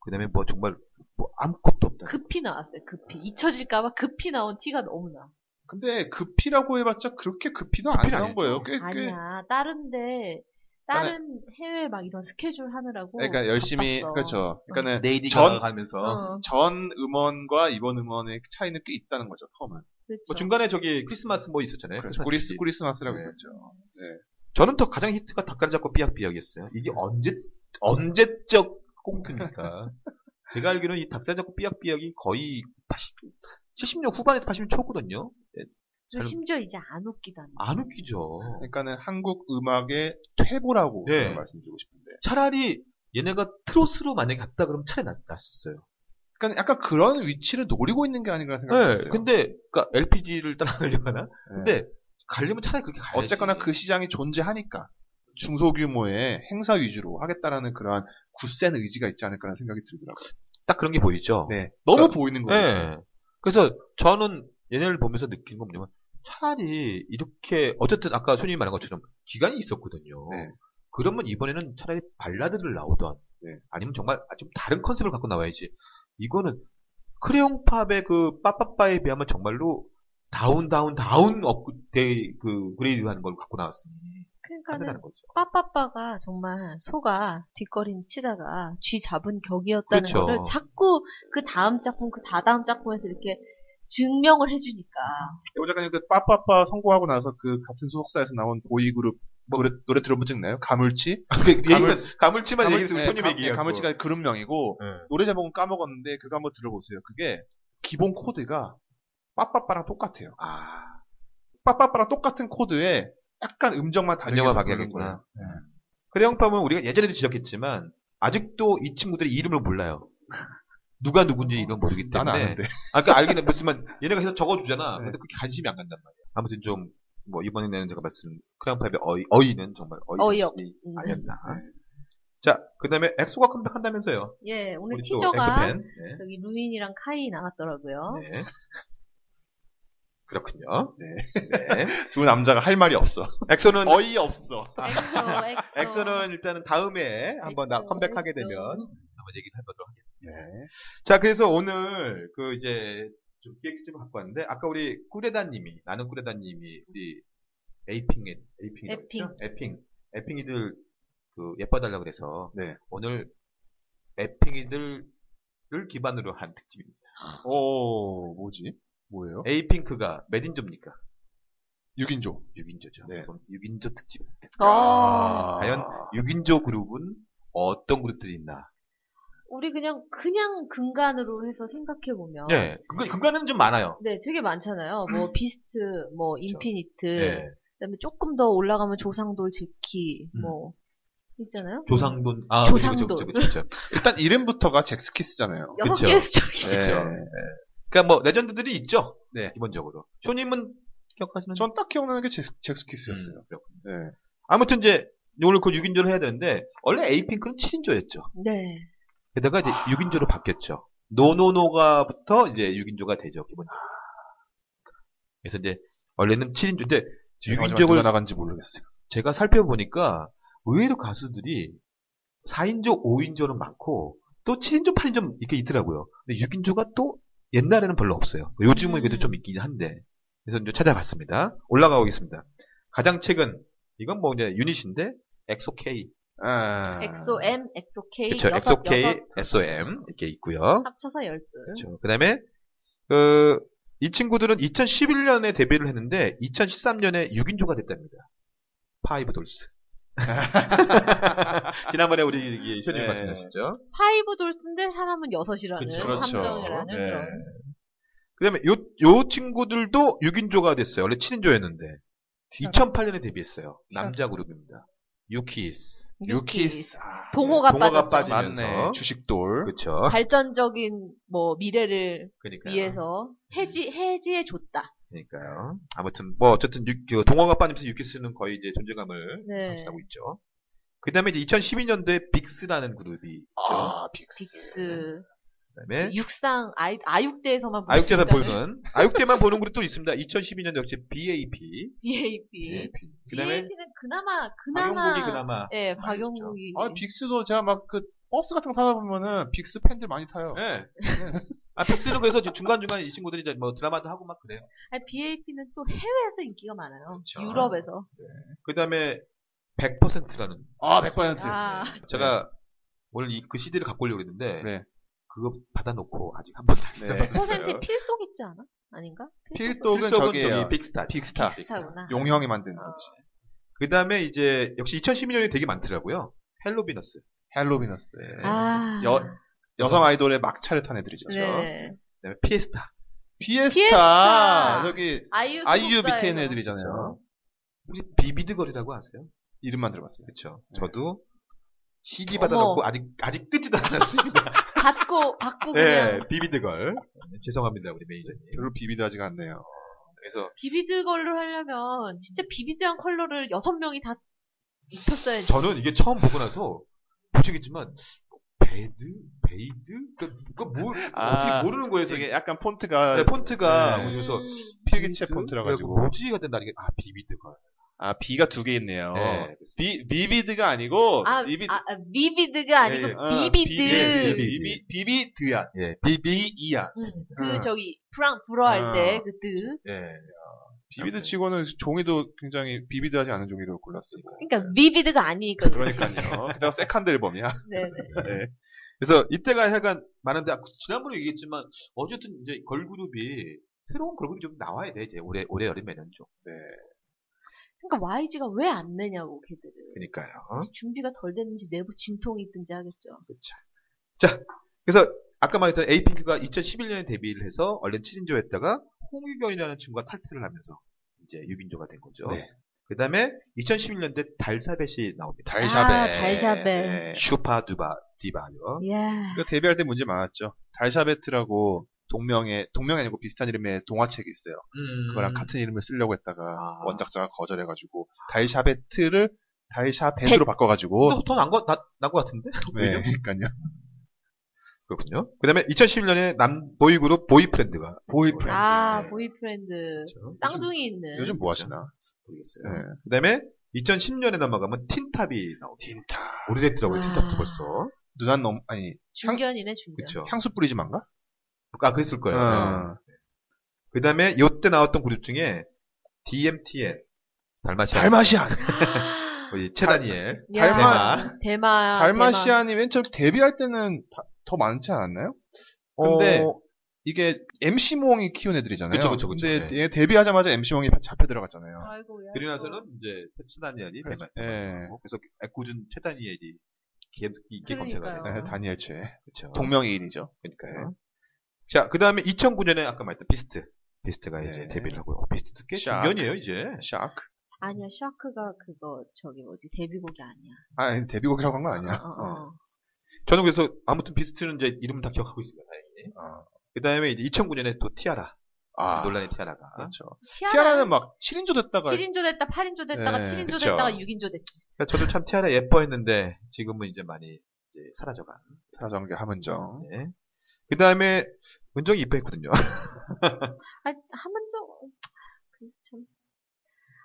Speaker 3: 그 다음에 뭐 정말 뭐 아무것도 없다.
Speaker 2: 급히 나왔어요, 급히. 잊혀질까봐 급히 나온 티가 너무 나.
Speaker 4: 근데 급히라고 해봤자 그렇게 급히도 안
Speaker 3: 급히는
Speaker 4: 한
Speaker 3: 아니죠.
Speaker 4: 거예요. 꽤, 꽤.
Speaker 2: 아니야, 다른데, 다른
Speaker 3: 그러니까
Speaker 2: 해외 막 이런 스케줄 하느라고.
Speaker 4: 그러니까 열심히,
Speaker 2: 바빴어.
Speaker 4: 그렇죠. 그러니까는
Speaker 3: 네이디
Speaker 4: 전-
Speaker 3: 가면서.
Speaker 2: 어,
Speaker 4: 전 음원과 이번 음원의 차이는 꽤 있다는 거죠, 처음은.
Speaker 2: 그렇죠.
Speaker 3: 뭐 중간에 저기 크리스마스 뭐 있었잖아요.
Speaker 4: 네,
Speaker 3: 크리스마스
Speaker 4: 그렇죠. 꾸리스,
Speaker 3: 시기.
Speaker 4: 꾸리스마스라고
Speaker 3: 네.
Speaker 4: 있었죠.
Speaker 3: 저는 또 가장 히트가 닭가리 잡고 삐약삐약이었어요. 이게 언제, 언제적
Speaker 4: <laughs>
Speaker 3: 꽁트입니까? 제가 알기로는 이 닭가리 잡고 삐약삐약이 거의 80, 70년 후반에서 80년 초거든요. 예,
Speaker 2: 그리고
Speaker 3: 잘-
Speaker 2: 심지어 이제 안 웃기다니.
Speaker 3: 안 웃기죠.
Speaker 4: 그러니까는 한국 음악의 퇴보라고
Speaker 3: 네.
Speaker 4: 저는 말씀드리고 싶은데.
Speaker 3: 차라리 얘네가 트로스로 만약에 갔다 그러면 차라리 낫, 낫었어요.
Speaker 4: 그러니까 약간 그런 위치를 노리고 있는 게 아닌가 생각했어요. 네.
Speaker 3: 네, 근데, 그니까 LPG를 따라가려고 하나? 근데, 네. 가려면 차라리 그렇게 가야지.
Speaker 4: 어쨌거나 그 시장이 존재하니까 중소규모의 행사 위주로 하겠다라는 그러한 굳센 의지가 있지 않을까라는 생각이 들더라고요.
Speaker 3: 딱 그런 게 보이죠?
Speaker 4: 네. 너무
Speaker 3: 그러니까-
Speaker 4: 보이는 거예요. 네,
Speaker 3: 예. 그래서 저는 얘네를 보면서 느낀 건 뭐냐면 차라리 이렇게 어쨌든 아까 손님이 말한 것처럼 기간이 있었거든요.
Speaker 4: 네.
Speaker 3: 그러면 이번에는 차라리 발라드를 나오던
Speaker 4: 네.
Speaker 3: 아니면 정말 좀 다른 컨셉을 갖고 나와야지. 이거는 크레용팝의 그 빠빠빠에 비하면 정말로 다운 다운 다운 업데이 그 그레이드하는 걸 갖고 나왔으니
Speaker 2: 그러니까는
Speaker 3: 한다는 거죠.
Speaker 2: 빠빠빠가 정말 소가 뒷걸음 치다가 쥐 잡은 격이었다는
Speaker 3: 그쵸.
Speaker 2: 거를 자꾸 그 다음 작품, 그 다다음 작품에서 이렇게 증명을 해주니까.
Speaker 4: 오 작가님 그 빠빠빠 성공하고 나서 그 같은 소속사에서 나온 보이그룹 노래, 노래 들어본 적 있나요? 가물치? 가물-
Speaker 3: 가물치만
Speaker 4: 가물-
Speaker 3: 얘기했으면
Speaker 4: 네,
Speaker 3: 손님
Speaker 4: 가-
Speaker 3: 얘기예요. 예.
Speaker 4: 네, 가물치가 그룹명이고 노래 제목은 까먹었는데 그거 한번 들어보세요. 그게 기본 코드가 빠빠빠랑 똑같아요.
Speaker 3: 아,
Speaker 4: 빠빠빠랑 똑같은 코드에 약간 음정만 다르게
Speaker 3: 음정만
Speaker 4: 해서
Speaker 3: 바뀌었구나.
Speaker 4: 부르는 거예요.
Speaker 3: 크레용팝은 우리가 예전에도 지적했지만 아직도 이 친구들의 이름을 몰라요. 누가 누군지 이름 모르기
Speaker 4: 나는
Speaker 3: 때문에
Speaker 4: 아는데.
Speaker 3: 아까 그러니까 알기는 못지만 얘네가 계속 적어주잖아.
Speaker 4: 네.
Speaker 3: 근데 그렇게 관심이 안 간단 말이야. 아무튼 좀 뭐 이번에 내는 제가 말씀 크레용팝의 어이, 어이는 정말 어이
Speaker 2: 어이없-
Speaker 3: 아니었나. 자, 그다음에 엑소가 컴백한다면서요.
Speaker 2: 예, 오늘
Speaker 3: 우리 또
Speaker 2: 티저가
Speaker 3: 엑소팬. 네.
Speaker 2: 저기 루인이랑 카이 나왔더라고요.
Speaker 3: 네. 그렇군요.
Speaker 4: 네.
Speaker 3: 네.
Speaker 4: 두 남자가 할 말이 없어.
Speaker 3: 엑소는
Speaker 4: 어이 없어.
Speaker 2: 엑소,
Speaker 3: <laughs>
Speaker 2: 엑소.
Speaker 3: 엑소는 일단은 다음에 한번 나
Speaker 2: 엑소,
Speaker 3: 컴백하게
Speaker 2: 엑소.
Speaker 3: 되면 한번 얘기를 해보도록 하겠습니다.
Speaker 4: 네.
Speaker 3: 자, 그래서 오늘 그 이제 좀 기획집을 갖고 왔는데 아까 우리 꾸레다님이 나는 꾸레다님이 우리 에이핑 에이핑
Speaker 2: 에핑.
Speaker 3: 에핑 에핑이들 그 예뻐달라 그래서
Speaker 4: 네.
Speaker 3: 오늘 에핑이들을 기반으로 한 특집입니다.
Speaker 4: 오 어, 뭐지? 뭐예요?
Speaker 3: 에이핑크가 몇 인조입니까?
Speaker 4: 6인조.
Speaker 3: 6인조죠.
Speaker 4: 네.
Speaker 3: 6인조 특집.
Speaker 2: 아,
Speaker 3: 과연 6인조 그룹은 어떤 그룹들이 있나?
Speaker 2: 우리 그냥 그냥 근간으로 해서 생각해 보면
Speaker 3: 네, 그거 그거는 좀 많아요.
Speaker 2: 네, 되게 많잖아요. 뭐 비스트, 뭐 인피니트,
Speaker 3: 네.
Speaker 2: 그다음에 조금 더 올라가면 조상돌 지키 뭐 있잖아요.
Speaker 3: 음. 조상돈. 아,
Speaker 2: 조상돈.
Speaker 3: 그쵸, 그쵸, 그쵸, 그쵸.
Speaker 4: 일단 이름부터가 잭스키스잖아요. 예.
Speaker 2: 여섯
Speaker 3: 그쵸.
Speaker 2: 개의 수정이
Speaker 3: 네. 그러니까 뭐 레전드들이 있죠.
Speaker 4: 네.
Speaker 3: 기본적으로. 쇼님은 <laughs> 기억하시는?
Speaker 4: 전 딱 기억나는 게 잭스,
Speaker 3: 음,
Speaker 4: 잭스키스였어요.
Speaker 3: 그렇군요.
Speaker 4: 네.
Speaker 3: 아무튼 이제 오늘 그 6인조를 해야 되는데 원래 에이핑크는 7인조였죠.
Speaker 2: 네.
Speaker 3: 게다가 이제
Speaker 4: 아.
Speaker 3: 6인조로 바뀌었죠. 노노노가부터 이제 6인조가 되죠 기본적으로. 그래서 이제 원래는 7인조인데
Speaker 4: 아. 네, 마지막에 누가
Speaker 3: 6인조를
Speaker 4: 나간지 모르겠어요.
Speaker 3: 제가 살펴보니까 의외로 가수들이 4인조, 5인조는 많고 또 7인조, 8인조 이렇게 있더라고요. 근데 6인조가 또 옛날에는 별로 없어요. 요즘은
Speaker 2: 음.
Speaker 3: 그래도 좀 있긴 한데 그래서 이제 찾아봤습니다. 올라가보겠습니다. 가장 최근 이건 뭐 이제 유닛인데 엑소 K,
Speaker 4: 아.
Speaker 2: 엑소 M, 엑소 K,
Speaker 3: 그렇죠?
Speaker 2: 여섯,
Speaker 3: 엑소 K,
Speaker 2: 여섯
Speaker 3: SOM 이렇게 있고요.
Speaker 2: 합쳐서 열둘.
Speaker 3: 그렇죠. 그다음에 그, 이 친구들은 2011년에 데뷔를 했는데 2013년에 6인조가 됐답니다. 파이브 돌스. <laughs> 지난번에 우리 이게 쇼님
Speaker 4: 네.
Speaker 3: 말씀하셨죠.
Speaker 2: 파이브 돌스인데 사람은 여섯이라는
Speaker 3: 그쵸,
Speaker 4: 그렇죠.
Speaker 2: 함정이라는
Speaker 4: 네.
Speaker 2: 그런.
Speaker 3: 그다음에 요 요 친구들도 6인조가 됐어요. 원래 7인조였는데 2008년에 데뷔했어요. 남자 그룹입니다. 유키스.
Speaker 2: 유키스.
Speaker 4: 아,
Speaker 2: 동호가,
Speaker 3: 동호가
Speaker 2: 빠졌죠.
Speaker 3: 빠진-
Speaker 4: 맞네. 주식돌.
Speaker 3: 그렇죠.
Speaker 2: 발전적인 뭐 미래를
Speaker 3: 그러니까요.
Speaker 2: 위해서 해지 해지해 줬다.
Speaker 3: 그러니까요. 아무튼 뭐 어쨌든 유- 그 동화가 빠지면서 유키스는 거의 이제 존재감을
Speaker 2: 네.
Speaker 3: 상실하고 있죠. 그다음에 이제 2012년도에 빅스라는 그룹이 있죠.
Speaker 4: 아,
Speaker 2: 아, 빅스.
Speaker 3: 그다음에
Speaker 2: 육상 아이, 아육대에서만 볼수
Speaker 3: 예? 아육대에서
Speaker 2: 있다는
Speaker 3: 보는
Speaker 2: <laughs>
Speaker 3: 아육대만 보는 그룹도 있습니다. 2012년 역시 BAP.
Speaker 2: BAP.
Speaker 3: 예. 그다음에
Speaker 2: BAP는 그나마 그나마
Speaker 3: 박용국이 그나마.
Speaker 2: 예, 박영국이
Speaker 4: 아, 빅스도 제가 막 그 버스 같은 거 타다 보면은 빅스 팬들 많이 타요.
Speaker 2: <laughs>
Speaker 3: 예. 아 빅스는 그래서 중간 중간 이 친구들이 이제 뭐 드라마도 하고 막 그래요.
Speaker 2: 아니, BAP는 또 해외에서 인기가 많아요.
Speaker 3: 그렇죠.
Speaker 2: 유럽에서.
Speaker 3: 그다음에 100%라는
Speaker 4: 아, 100%.
Speaker 2: 아.
Speaker 3: 제가 오늘 이 그 CD를 갖고 오려고 했는데
Speaker 4: 네.
Speaker 3: 그거 받아놓고 아직 한 번도 안
Speaker 4: 네.
Speaker 3: 들어봤어요.
Speaker 2: 100% 필속 있지 않아? 아닌가?
Speaker 4: 필독은
Speaker 3: 필독은
Speaker 4: 저기예요.
Speaker 3: 빅스타.
Speaker 4: 빅스타.
Speaker 2: 필속이구나.
Speaker 4: 용형이 만든
Speaker 2: 아.
Speaker 3: 그 다음에 이제 역시 2012년이 되게 많더라고요. 헬로비너스.
Speaker 4: 헬로비너스.
Speaker 2: 아.
Speaker 4: 네. 여- 그렇죠. 여성 아이돌의 막차를 탄 애들이죠.
Speaker 2: 네.
Speaker 3: 그다음에 피에스타.
Speaker 4: 피에스타.
Speaker 2: 피에스타.
Speaker 4: 저기
Speaker 2: 아이유
Speaker 4: 아이유
Speaker 2: 소속사예요.
Speaker 4: 밑에 있는 애들이잖아요.
Speaker 3: 혹시 비비드걸이라고 아세요?
Speaker 4: 그렇죠. 이름만 들어봤어요.
Speaker 3: 그렇죠.
Speaker 4: 네.
Speaker 3: 저도 CD
Speaker 2: 어머.
Speaker 3: 받아놓고 아직 아직 뜨지도
Speaker 4: <laughs>
Speaker 3: 않았습니다.
Speaker 2: 받고 받고
Speaker 3: 네,
Speaker 2: 그냥
Speaker 3: 비비드걸. 네, 죄송합니다 우리 매니저님.
Speaker 4: 별로 비비드하지가 않네요.
Speaker 3: 그래서
Speaker 2: 비비드 걸로 하려면 진짜 비비드한 컬러를 여섯 명이 다 입혔어야지.
Speaker 3: 저는 이게 처음 보고 나서 보시겠지만 베드, 베이드, 그러니까 뭐
Speaker 4: 아,
Speaker 3: 어떻게 모르는 거예요.
Speaker 4: 이게
Speaker 3: 이게
Speaker 4: 약간 폰트가
Speaker 3: 네, 폰트가
Speaker 4: 네.
Speaker 3: 뭐 그래서
Speaker 2: 음.
Speaker 4: 필기체 폰트라
Speaker 3: 그래갖고
Speaker 4: 가지고.
Speaker 3: 뭐지 같은 날이게 아 비비드걸.
Speaker 4: 아, 비가 두 개 있네요.
Speaker 3: 네.
Speaker 4: 비 비비드가 아니고
Speaker 2: 아,
Speaker 4: 어, 비비
Speaker 2: 아, 아, 비비드가 아니고
Speaker 3: 예, 예.
Speaker 4: 아,
Speaker 2: 비비드.
Speaker 4: 비- 예,
Speaker 3: 비비드.
Speaker 4: 비비 비비드야.
Speaker 3: 예,
Speaker 4: 비비이야.
Speaker 2: 음,
Speaker 4: 음.
Speaker 2: 그 저기 프랑 불어 할
Speaker 4: 음.
Speaker 2: 때 그 드.
Speaker 3: 예.
Speaker 4: 비비드 치고는 종이도 굉장히 비비드하지 않은 종이를 골랐으니까.
Speaker 2: 그러니까 비비드가 아니니까.
Speaker 4: 그러니까요. 그다음 세컨드 앨범이야.
Speaker 2: <laughs> 네네.
Speaker 3: 그
Speaker 4: 네.
Speaker 3: 그래서 이때가 약간 많은데 아, 지난번에 얘기했지만 어쨌든 이제 걸그룹이 새로운 그룹이 좀 나와야 돼 이제 올해 올해 여름에는 좀.
Speaker 4: 네.
Speaker 2: 그러니까 YG가 왜 안 내냐고 걔들을.
Speaker 3: 그러니까요.
Speaker 2: 준비가 덜 됐는지 내부 진통이 있든지 하겠죠.
Speaker 3: 그래서 아까 말했던 에이핑크가 2011년에 데뷔를 해서 얼른 7인조 했다가 홍유경이라는 친구가 탈퇴를 하면서 이제 6인조가 된 거죠.
Speaker 4: 네.
Speaker 3: 그 다음에 2011년대 달사벳이 나옵니다.
Speaker 4: 달샤벳.
Speaker 2: 아, 달샤벳. 예.
Speaker 4: 네.
Speaker 3: 슈파두바 디바요.
Speaker 2: 이야.
Speaker 4: 그 데뷔할 때 문제 많았죠. 달샤베트라고 동명의 동명이 아니고 비슷한 이름의 동화책이 있어요. 그거랑 같은 이름을 쓰려고 했다가
Speaker 3: 아.
Speaker 4: 원작자가 거절해가지고 달샤베트를 달샤벳으로
Speaker 2: 어.
Speaker 4: 바꿔가지고
Speaker 3: 더난거난것 같은데
Speaker 4: 뭐 네,
Speaker 3: 오히려?
Speaker 4: 그러니까요.
Speaker 3: <laughs> 그렇군요. 그다음에 2011년에 남 보이 그룹 보이프렌드가
Speaker 4: 보이프렌드.
Speaker 2: 아,
Speaker 3: 네.
Speaker 2: 보이프렌드.
Speaker 3: 그렇죠.
Speaker 2: 쌍둥이 있는.
Speaker 4: 요즘 뭐 하시나?
Speaker 3: 모르겠어요.
Speaker 4: 네.
Speaker 3: 그다음에 2010년에 넘어가면 틴탑이 나오죠.
Speaker 4: 틴타.
Speaker 3: 오래됐더라고요.
Speaker 2: 아.
Speaker 3: 틴탑도 벌써.
Speaker 4: 누난 넘 아니
Speaker 2: 중견이네, 중견.
Speaker 3: 그렇죠.
Speaker 4: 향수 뿌리지 만가?
Speaker 3: 아 그랬을 거예요.
Speaker 4: 어.
Speaker 3: 그다음에 요때 나왔던 그룹 중에 DMTN 달마시안.
Speaker 4: 달마시안.
Speaker 3: 거의 최다니엘.
Speaker 2: <gasps> 야,
Speaker 3: 달마.
Speaker 2: 대마.
Speaker 4: 달마시안이 맨 처음 데뷔할 때는 다- 더 많지 않았나요?
Speaker 3: 근데
Speaker 4: 어, 이게 MC 몽이 키운 애들이잖아요.
Speaker 3: 그쵸, 그쵸, 그쵸.
Speaker 4: 근데
Speaker 3: 네.
Speaker 4: 얘 데뷔하자마자 MC 몽이 잡혀 들어갔잖아요.
Speaker 2: 대마. 아이고야.
Speaker 3: 그리고 나서는 이제 최다니엘이
Speaker 4: 그렇죠.
Speaker 3: 대만.
Speaker 4: 예.
Speaker 3: 그래서 애꿎은 최다니엘이 개- 이게 검색을
Speaker 2: 그러니까요.
Speaker 4: 네, 다니엘 최.
Speaker 3: 그렇죠.
Speaker 4: 동명이인이죠.
Speaker 3: 그러니까요. 자, 그 다음에 2009년에 아까 말했던 비스트. 비스트가 이제
Speaker 4: 네.
Speaker 3: 데뷔를 하고요. 어, 비스트 꽤
Speaker 4: 샥.
Speaker 3: 중견이에요, 이제.
Speaker 4: 샤크.
Speaker 2: 아니야, 샤크가 그거, 저기 뭐지, 데뷔곡이 아니야.
Speaker 4: 아, 아니, 데뷔곡이라고 한 건 아니야.
Speaker 2: 어, 어.
Speaker 3: 저는 그래서 아무튼 비스트는 이제 이름은 다 기억하고 있습니다, 다행히. 그 다음에 이제 2009년에 또 티아라.
Speaker 4: 아,
Speaker 3: 논란의 티아라가.
Speaker 4: 그렇죠.
Speaker 2: 티아라는
Speaker 4: 티아라는 막 7인조 됐다가
Speaker 2: 7인조 됐다, 8인조 됐다가
Speaker 4: 네,
Speaker 2: 7인조
Speaker 3: 그쵸.
Speaker 2: 됐다가 6인조 됐지.
Speaker 3: 그러니까 저도 참 티아라 예뻐했는데 지금은 이제 많이 이제 사라져간.
Speaker 4: 사라져간 게 함은정.
Speaker 3: 네. 그 다음에 은정이 입회했거든요.
Speaker 2: 아, 한번좀 그, 참.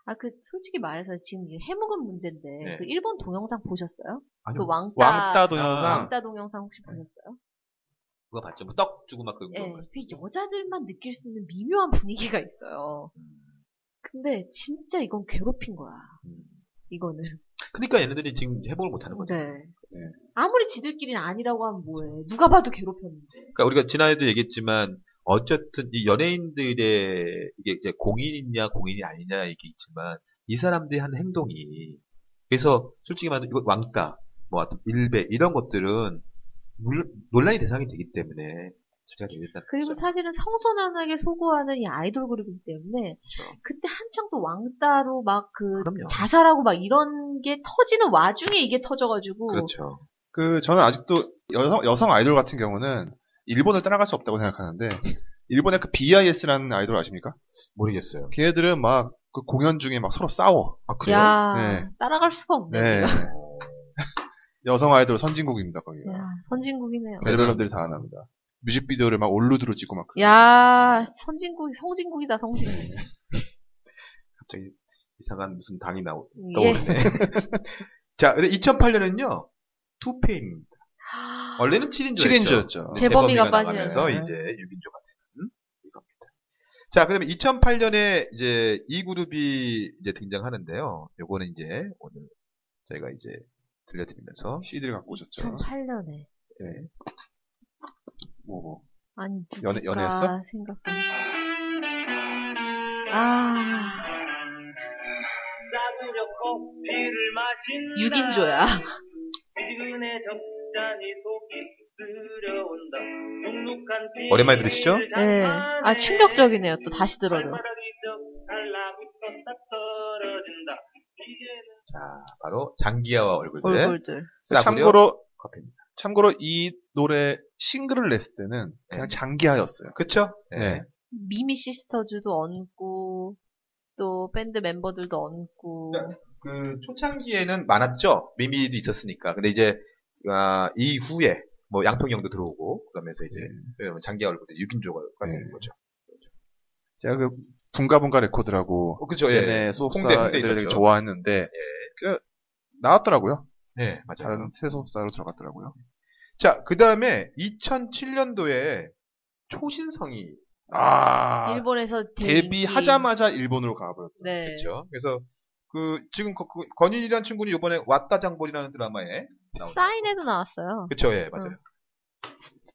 Speaker 2: 아, 그, 솔직히 말해서 지금 이게 해묵은 문제인데,
Speaker 3: 네.
Speaker 2: 그 일본 동영상 보셨어요?
Speaker 3: 아니,
Speaker 2: 그 왕따,
Speaker 4: 음. 왕따 동영상. 네.
Speaker 2: 왕따 동영상 혹시 보셨어요?
Speaker 3: 그거 봤죠. 뭐 떡 주고 막 그런
Speaker 2: 예,
Speaker 3: 거.
Speaker 2: 그 여자들만 느낄 수 있는 미묘한 분위기가 있어요. 근데 진짜 이건 괴롭힌 거야.
Speaker 3: 음.
Speaker 2: 이거는.
Speaker 3: 그러니까 얘네들이 지금 회복을 못하는 거죠.
Speaker 2: 네. 아무리 지들끼리는 아니라고 하면 뭐해. 누가 봐도 괴롭혔는데.
Speaker 3: 그러니까 우리가 지난해도 얘기했지만 어쨌든 이 연예인들의 이게 이제 공인이냐 공인이 아니냐 이게 있지만 이 사람들이 한 행동이 그래서 솔직히 말해서 이거 왕따 뭐 어떤 일배 이런 것들은 물- 논란의 대상이 되기 때문에 제가 얘기했다 그렇죠?
Speaker 2: 그리고 사실은 성소년에게 소구하는 이 아이돌 그룹이기 때문에
Speaker 3: 그렇죠.
Speaker 2: 그때 한창 또 왕따로 막 그
Speaker 3: 그럼요.
Speaker 2: 자살하고 막 이런 게 터지는 와중에 이게 터져가지고
Speaker 3: 그렇죠.
Speaker 4: 그, 저는 아직도 여성, 여성 아이돌 같은 경우는 일본을 따라갈 수 없다고 생각하는데, 일본의 그 BIS라는 아이돌 아십니까?
Speaker 3: 모르겠어요.
Speaker 4: 걔들은 막 그 공연 중에 막 서로 싸워.
Speaker 3: 아 어,
Speaker 2: 야
Speaker 4: 네.
Speaker 2: 따라갈 수가 없네.
Speaker 4: 네.
Speaker 2: 이거.
Speaker 4: 여성 아이돌 선진국입니다, 거기가.
Speaker 2: 야, 선진국이네요.
Speaker 4: 멜벨럼들이 다 안합니다. 뮤직비디오를 막 올루드로 찍고 막.
Speaker 2: 야 선진국 성진국이다 성진국.
Speaker 3: 갑자기 이상한 무슨 당이 나오
Speaker 2: 예.
Speaker 3: 떠오르네. 자, <laughs> 근데 2008년은요 투페이입니다.
Speaker 2: 아,
Speaker 3: 원래는 7인조. 였죠.
Speaker 4: 7인조였죠.
Speaker 3: 네,
Speaker 2: 재범이가
Speaker 3: 나가면서
Speaker 4: 빠지면서.
Speaker 3: 이제 6인조가 되는 이겁니다. 자, 그다음에 2008년에 이제 이 그룹이 이제 등장하는데요. 요거는 이제 오늘 저희가 이제 들려드리면서
Speaker 4: CD를 갖고 오셨죠.
Speaker 2: 2008년에.
Speaker 4: 네. 뭐, 뭐.
Speaker 2: 아니
Speaker 4: 연애-
Speaker 2: 누굴까
Speaker 4: 연애했어?
Speaker 2: 생각해. 아
Speaker 5: 싸구려 커피를 마신다
Speaker 2: 6인조야.
Speaker 5: 미지근해 적잖이 속이 쓰려온다 눅눅한 피
Speaker 3: 오랜만에 들으시죠?
Speaker 2: 네. 아 충격적이네요. 또 다시 들어도.
Speaker 5: 발바닥이 쩍 달라붙어 딱 떨어진다 이제는
Speaker 3: 자, 바로 장기하와 얼굴들의
Speaker 2: 얼굴들.
Speaker 3: 싸구려
Speaker 4: 그 참고로
Speaker 3: 커피입니다.
Speaker 4: 참고로 이 노래 싱글을 냈을 때는 그냥
Speaker 3: 네.
Speaker 4: 장기하였어요.
Speaker 3: 그렇죠?
Speaker 4: 네.
Speaker 2: 미미 시스터즈도 얹고 또 밴드 멤버들도 얹고
Speaker 4: 네.
Speaker 3: 그 초창기에는 많았죠. 미미도 있었으니까. 근데 이제 아, 이후에 뭐 양평형도 들어오고 그러면서 이제 예, 장기하 얼굴들 6인조가
Speaker 4: 네.
Speaker 3: 되는 거죠.
Speaker 4: 제가 그 분가분가 레코드라고
Speaker 3: 어, 그죠? 예.
Speaker 4: 얘네 소속사
Speaker 3: 홍대, 홍대
Speaker 4: 애들을 되게
Speaker 3: 있었죠.
Speaker 4: 좋아했는데 그 나왔더라고요.
Speaker 3: 네, 맞아요.
Speaker 4: 다른 새 소속사로 들어갔더라고요.
Speaker 3: 자, 그 다음에 2007년도에 초신성이
Speaker 4: 아
Speaker 2: 일본에서
Speaker 4: 데뷔하자마자 일본으로 가버렸죠.
Speaker 2: 네.
Speaker 3: 그래서 그 지금 그, 그 건인이라는 친구는 이번에 왔다 장볼이라는 드라마에 나오죠.
Speaker 2: 사인에도 아. 나왔어요.
Speaker 3: 그쵸, 예, 맞아요.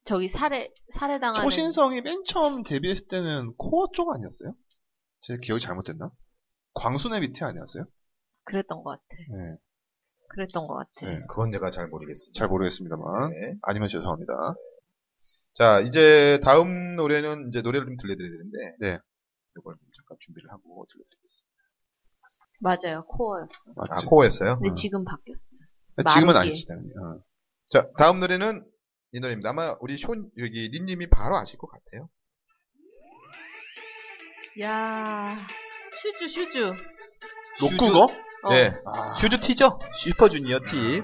Speaker 2: 저기 살해 살해당하는
Speaker 4: 초신성이 맨 처음 데뷔했을 때는 코어 쪽 아니었어요? 제 기억이 잘못됐나? 광순의 밑에 아니었어요?
Speaker 2: 그랬던 것 같아.
Speaker 4: 네,
Speaker 2: 그랬던 것 같아.
Speaker 4: 네.
Speaker 3: 그건 내가 잘 모르겠습니다.
Speaker 4: 잘 모르겠습니다만
Speaker 3: 네.
Speaker 4: 아니면 죄송합니다.
Speaker 3: 자, 이제 다음 노래는 이제 노래를 좀 들려드려야 되는데.
Speaker 4: 네.
Speaker 3: 이걸 잠깐 준비를 하고 들려드리겠습니다.
Speaker 2: 맞아요, 코어였어.
Speaker 4: 맞지?
Speaker 3: 아, 코어였어요?
Speaker 2: 근데
Speaker 4: 음.
Speaker 2: 지금 바뀌었어.
Speaker 4: 네, 지금은
Speaker 2: 마음이.
Speaker 4: 아니지 당연히. 어.
Speaker 3: 자, 다음 노래는 이 노래입니다. 아마 우리 쇼, 여기 니님이 바로 아실 것 같아요.
Speaker 2: 야, 슈즈 슈즈.
Speaker 4: 로쿠거?
Speaker 2: 어.
Speaker 3: 네.
Speaker 4: 아,
Speaker 3: 슈즈 T죠? 슈퍼주니어
Speaker 4: <laughs>
Speaker 3: T.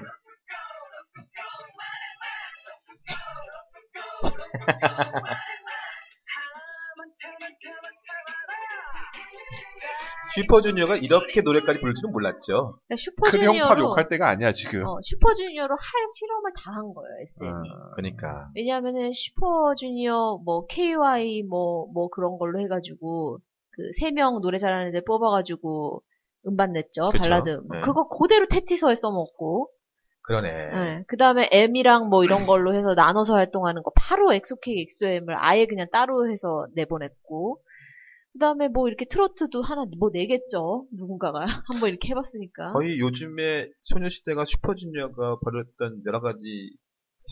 Speaker 3: 슈퍼주니어가 이렇게 노래까지 부를 줄은 몰랐죠.
Speaker 2: 그러니까
Speaker 4: 크레용팝
Speaker 2: 슈퍼주니어로
Speaker 4: 욕할 때가 아니야 지금.
Speaker 2: 어, 슈퍼주니어로 할 실험을 다 한 거예요, SM이.
Speaker 3: 그러니까.
Speaker 2: 왜냐하면은 슈퍼주니어 뭐 KY 뭐 뭐 그런 걸로 해가지고 그 세 명 노래 잘하는 애 뽑아가지고 음반 냈죠
Speaker 3: 그쵸.
Speaker 2: 발라드 뭐
Speaker 3: 네.
Speaker 2: 그거 그대로 테티서에 써먹고
Speaker 3: 그러네.
Speaker 2: 그 다음에 M이랑 뭐 이런 걸로 해서 나눠서 활동하는 거 바로 엑소케이 엑소엠을 아예 그냥 따로 해서 내보냈고 그 다음에 뭐 이렇게 트로트도 하나 뭐 내겠죠 누군가가 <laughs> 한번 이렇게 해봤으니까
Speaker 3: 거의 요즘에 소녀시대가 슈퍼주니어가 벌였던 여러 가지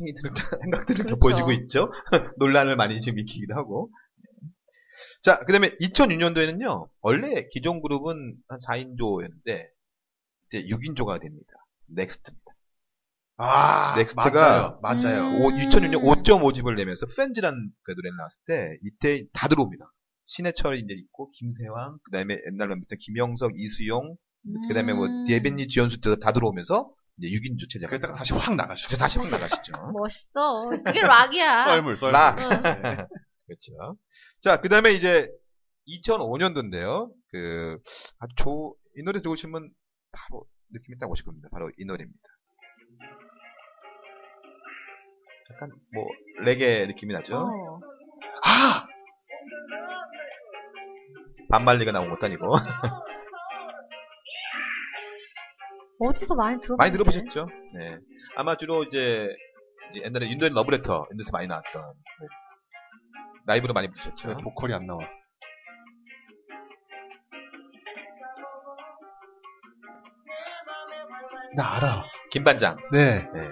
Speaker 3: 행위들을 <laughs> 다- 생각들을 다
Speaker 2: 그렇죠.
Speaker 3: 보여주고 있죠. <laughs> 논란을 많이 지금 일으키기도 하고. 네. 자, 그다음에 2006년도에는요. 원래 기존 그룹은 한 4인조였는데 이제 6인조가 됩니다. 넥스트입니다.
Speaker 4: 아,
Speaker 3: 넥스트가
Speaker 4: 맞아요. 맞아요.
Speaker 2: 음.
Speaker 3: 2006년 5.5집을 내면서 프렌즈라는 그 노래를 나왔을 때 이때 다 들어옵니다. 신해철이 이제 있고 김세왕, 그다음에 옛날 멤버 김영석, 이수용, 그다음에 뭐 예빈이 지연수 때도 다 들어오면서 이제 6인조 체제가
Speaker 4: 그랬다가 다시 확 나가죠.
Speaker 3: 이제 다시 확
Speaker 4: <laughs>
Speaker 3: 나가시죠.
Speaker 2: 멋있어 그게
Speaker 3: <laughs>
Speaker 2: 락이야
Speaker 4: 썰물 썰물.
Speaker 3: 락.
Speaker 2: 응.
Speaker 4: 네.
Speaker 3: <laughs> 그렇죠. 자, 그다음에 이제 2005년도인데요. 그 아주 좋- 이 노래 들으시면 바로 느낌이 딱 오실 겁니다. 바로 이 노래입니다. 약간 뭐 레게 느낌이 나죠.
Speaker 2: 어.
Speaker 4: 아,
Speaker 3: 반말리가 나온 것도 아니고
Speaker 2: 어디서 많이 들어
Speaker 3: 많이 들어보셨죠? 네. 아마 주로 이제 이제 옛날에 윤도현 러브레터 인데서 많이 나왔던 네. 라이브로 많이 부르셨죠.
Speaker 4: 왜 네, 보컬이 안 나와? 나 알아.
Speaker 3: 김반장.
Speaker 4: 네.
Speaker 3: 네.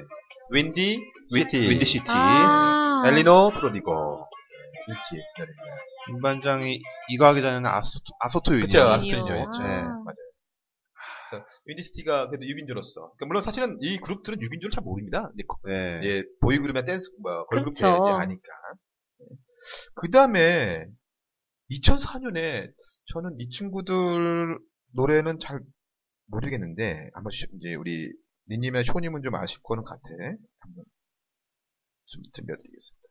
Speaker 3: 윈디 위티
Speaker 4: 윈디 시티.
Speaker 2: 아.
Speaker 3: 엘리노 프로디고 네, 일집 노래입니다.
Speaker 4: 김반장이 이거 하기 전에는 아소토, 아소토 유인.
Speaker 3: 그쵸
Speaker 2: 유니언.
Speaker 3: 아스트리니어였죠.
Speaker 2: 아.
Speaker 3: 네, 맞아요. 그래서 윈디시티가 그래도 6인조로서 그러니까 물론 사실은 이 그룹들은 6인조를 잘 모릅니다. 근데 거-
Speaker 4: 네.
Speaker 3: 예, 보이그룹이나 댄스 뭐 걸그룹에 이제
Speaker 2: 그렇죠.
Speaker 3: 아니까. 그 다음에 2004년에 저는 이 친구들 노래는 잘 모르겠는데 아마 쉬- 이제 우리 니님이나 쇼님은 좀 아실 거는 같아. 한번 좀 들려드리겠습니다.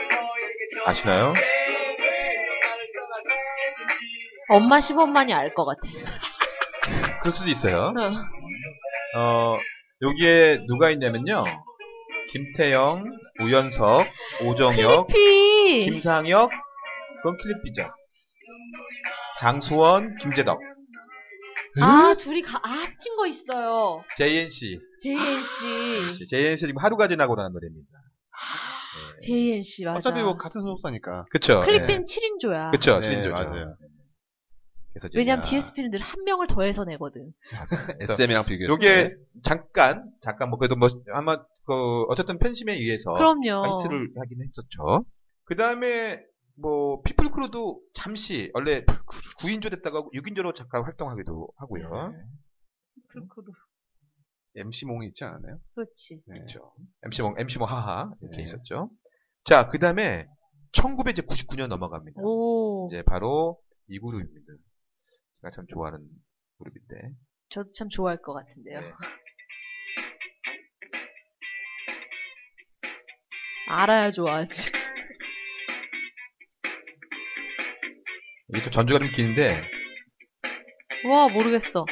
Speaker 3: 아시나요?
Speaker 2: 아. 엄마 시범만이 알 것 같아.
Speaker 3: 그럴 수도 있어요.
Speaker 2: 응.
Speaker 3: 어, 여기에 누가 있냐면요. 김태영, 우연석, 오정혁,
Speaker 2: 피
Speaker 3: 김상혁, 그건 클리피죠. 장수원, 김재덕, 음?
Speaker 2: 아 둘이 가, 아, 합친 거 있어요.
Speaker 3: JNC.
Speaker 2: JNC,
Speaker 3: JNC 지금 하루가 지나고라는 노래입니다. 네.
Speaker 2: JNC 맞아.
Speaker 4: 어차피 뭐 같은 소속사니까.
Speaker 3: 그쵸.
Speaker 2: 아, 필리핀
Speaker 3: 예.
Speaker 2: 7인조야.
Speaker 3: 그쵸.
Speaker 4: 네,
Speaker 3: 신조죠.
Speaker 4: 맞아요.
Speaker 3: 그래서 이제 아,
Speaker 2: 왜냐면
Speaker 3: <laughs>
Speaker 4: 야.
Speaker 2: DSP는 늘 한 명을 더해서 내거든.
Speaker 3: 그래서
Speaker 4: SM이랑 비교해서.
Speaker 3: 요게 잠깐, 잠깐 뭐 그래도 뭐 아마 그 어쨌든 팬심에 의해서
Speaker 2: 그럼요.
Speaker 3: 파이트를 하긴 했었죠. 그 다음에 뭐 피플 크루도 잠시 원래 9인조 됐다가 6인조로 잠깐 활동하기도 하고요.
Speaker 4: 네.
Speaker 2: 그렇- 그렇-
Speaker 4: MC 몽이 있지 않아요?
Speaker 2: 그렇지.
Speaker 3: 네.
Speaker 4: 네.
Speaker 3: 그렇죠. MC몽, MC몽 하하 이렇게
Speaker 4: 네.
Speaker 3: 있었죠. 자, 그 다음에 1999년 넘어갑니다.
Speaker 2: 오,
Speaker 3: 이제 바로 이 그룹입니다. 제가 참 좋아하는 그룹인데.
Speaker 2: 저도 참 좋아할 것 같은데요.
Speaker 3: 네.
Speaker 2: <laughs> 알아야 좋아하지.
Speaker 3: 이게 또 전주가 좀 긴데
Speaker 2: 와 모르겠어.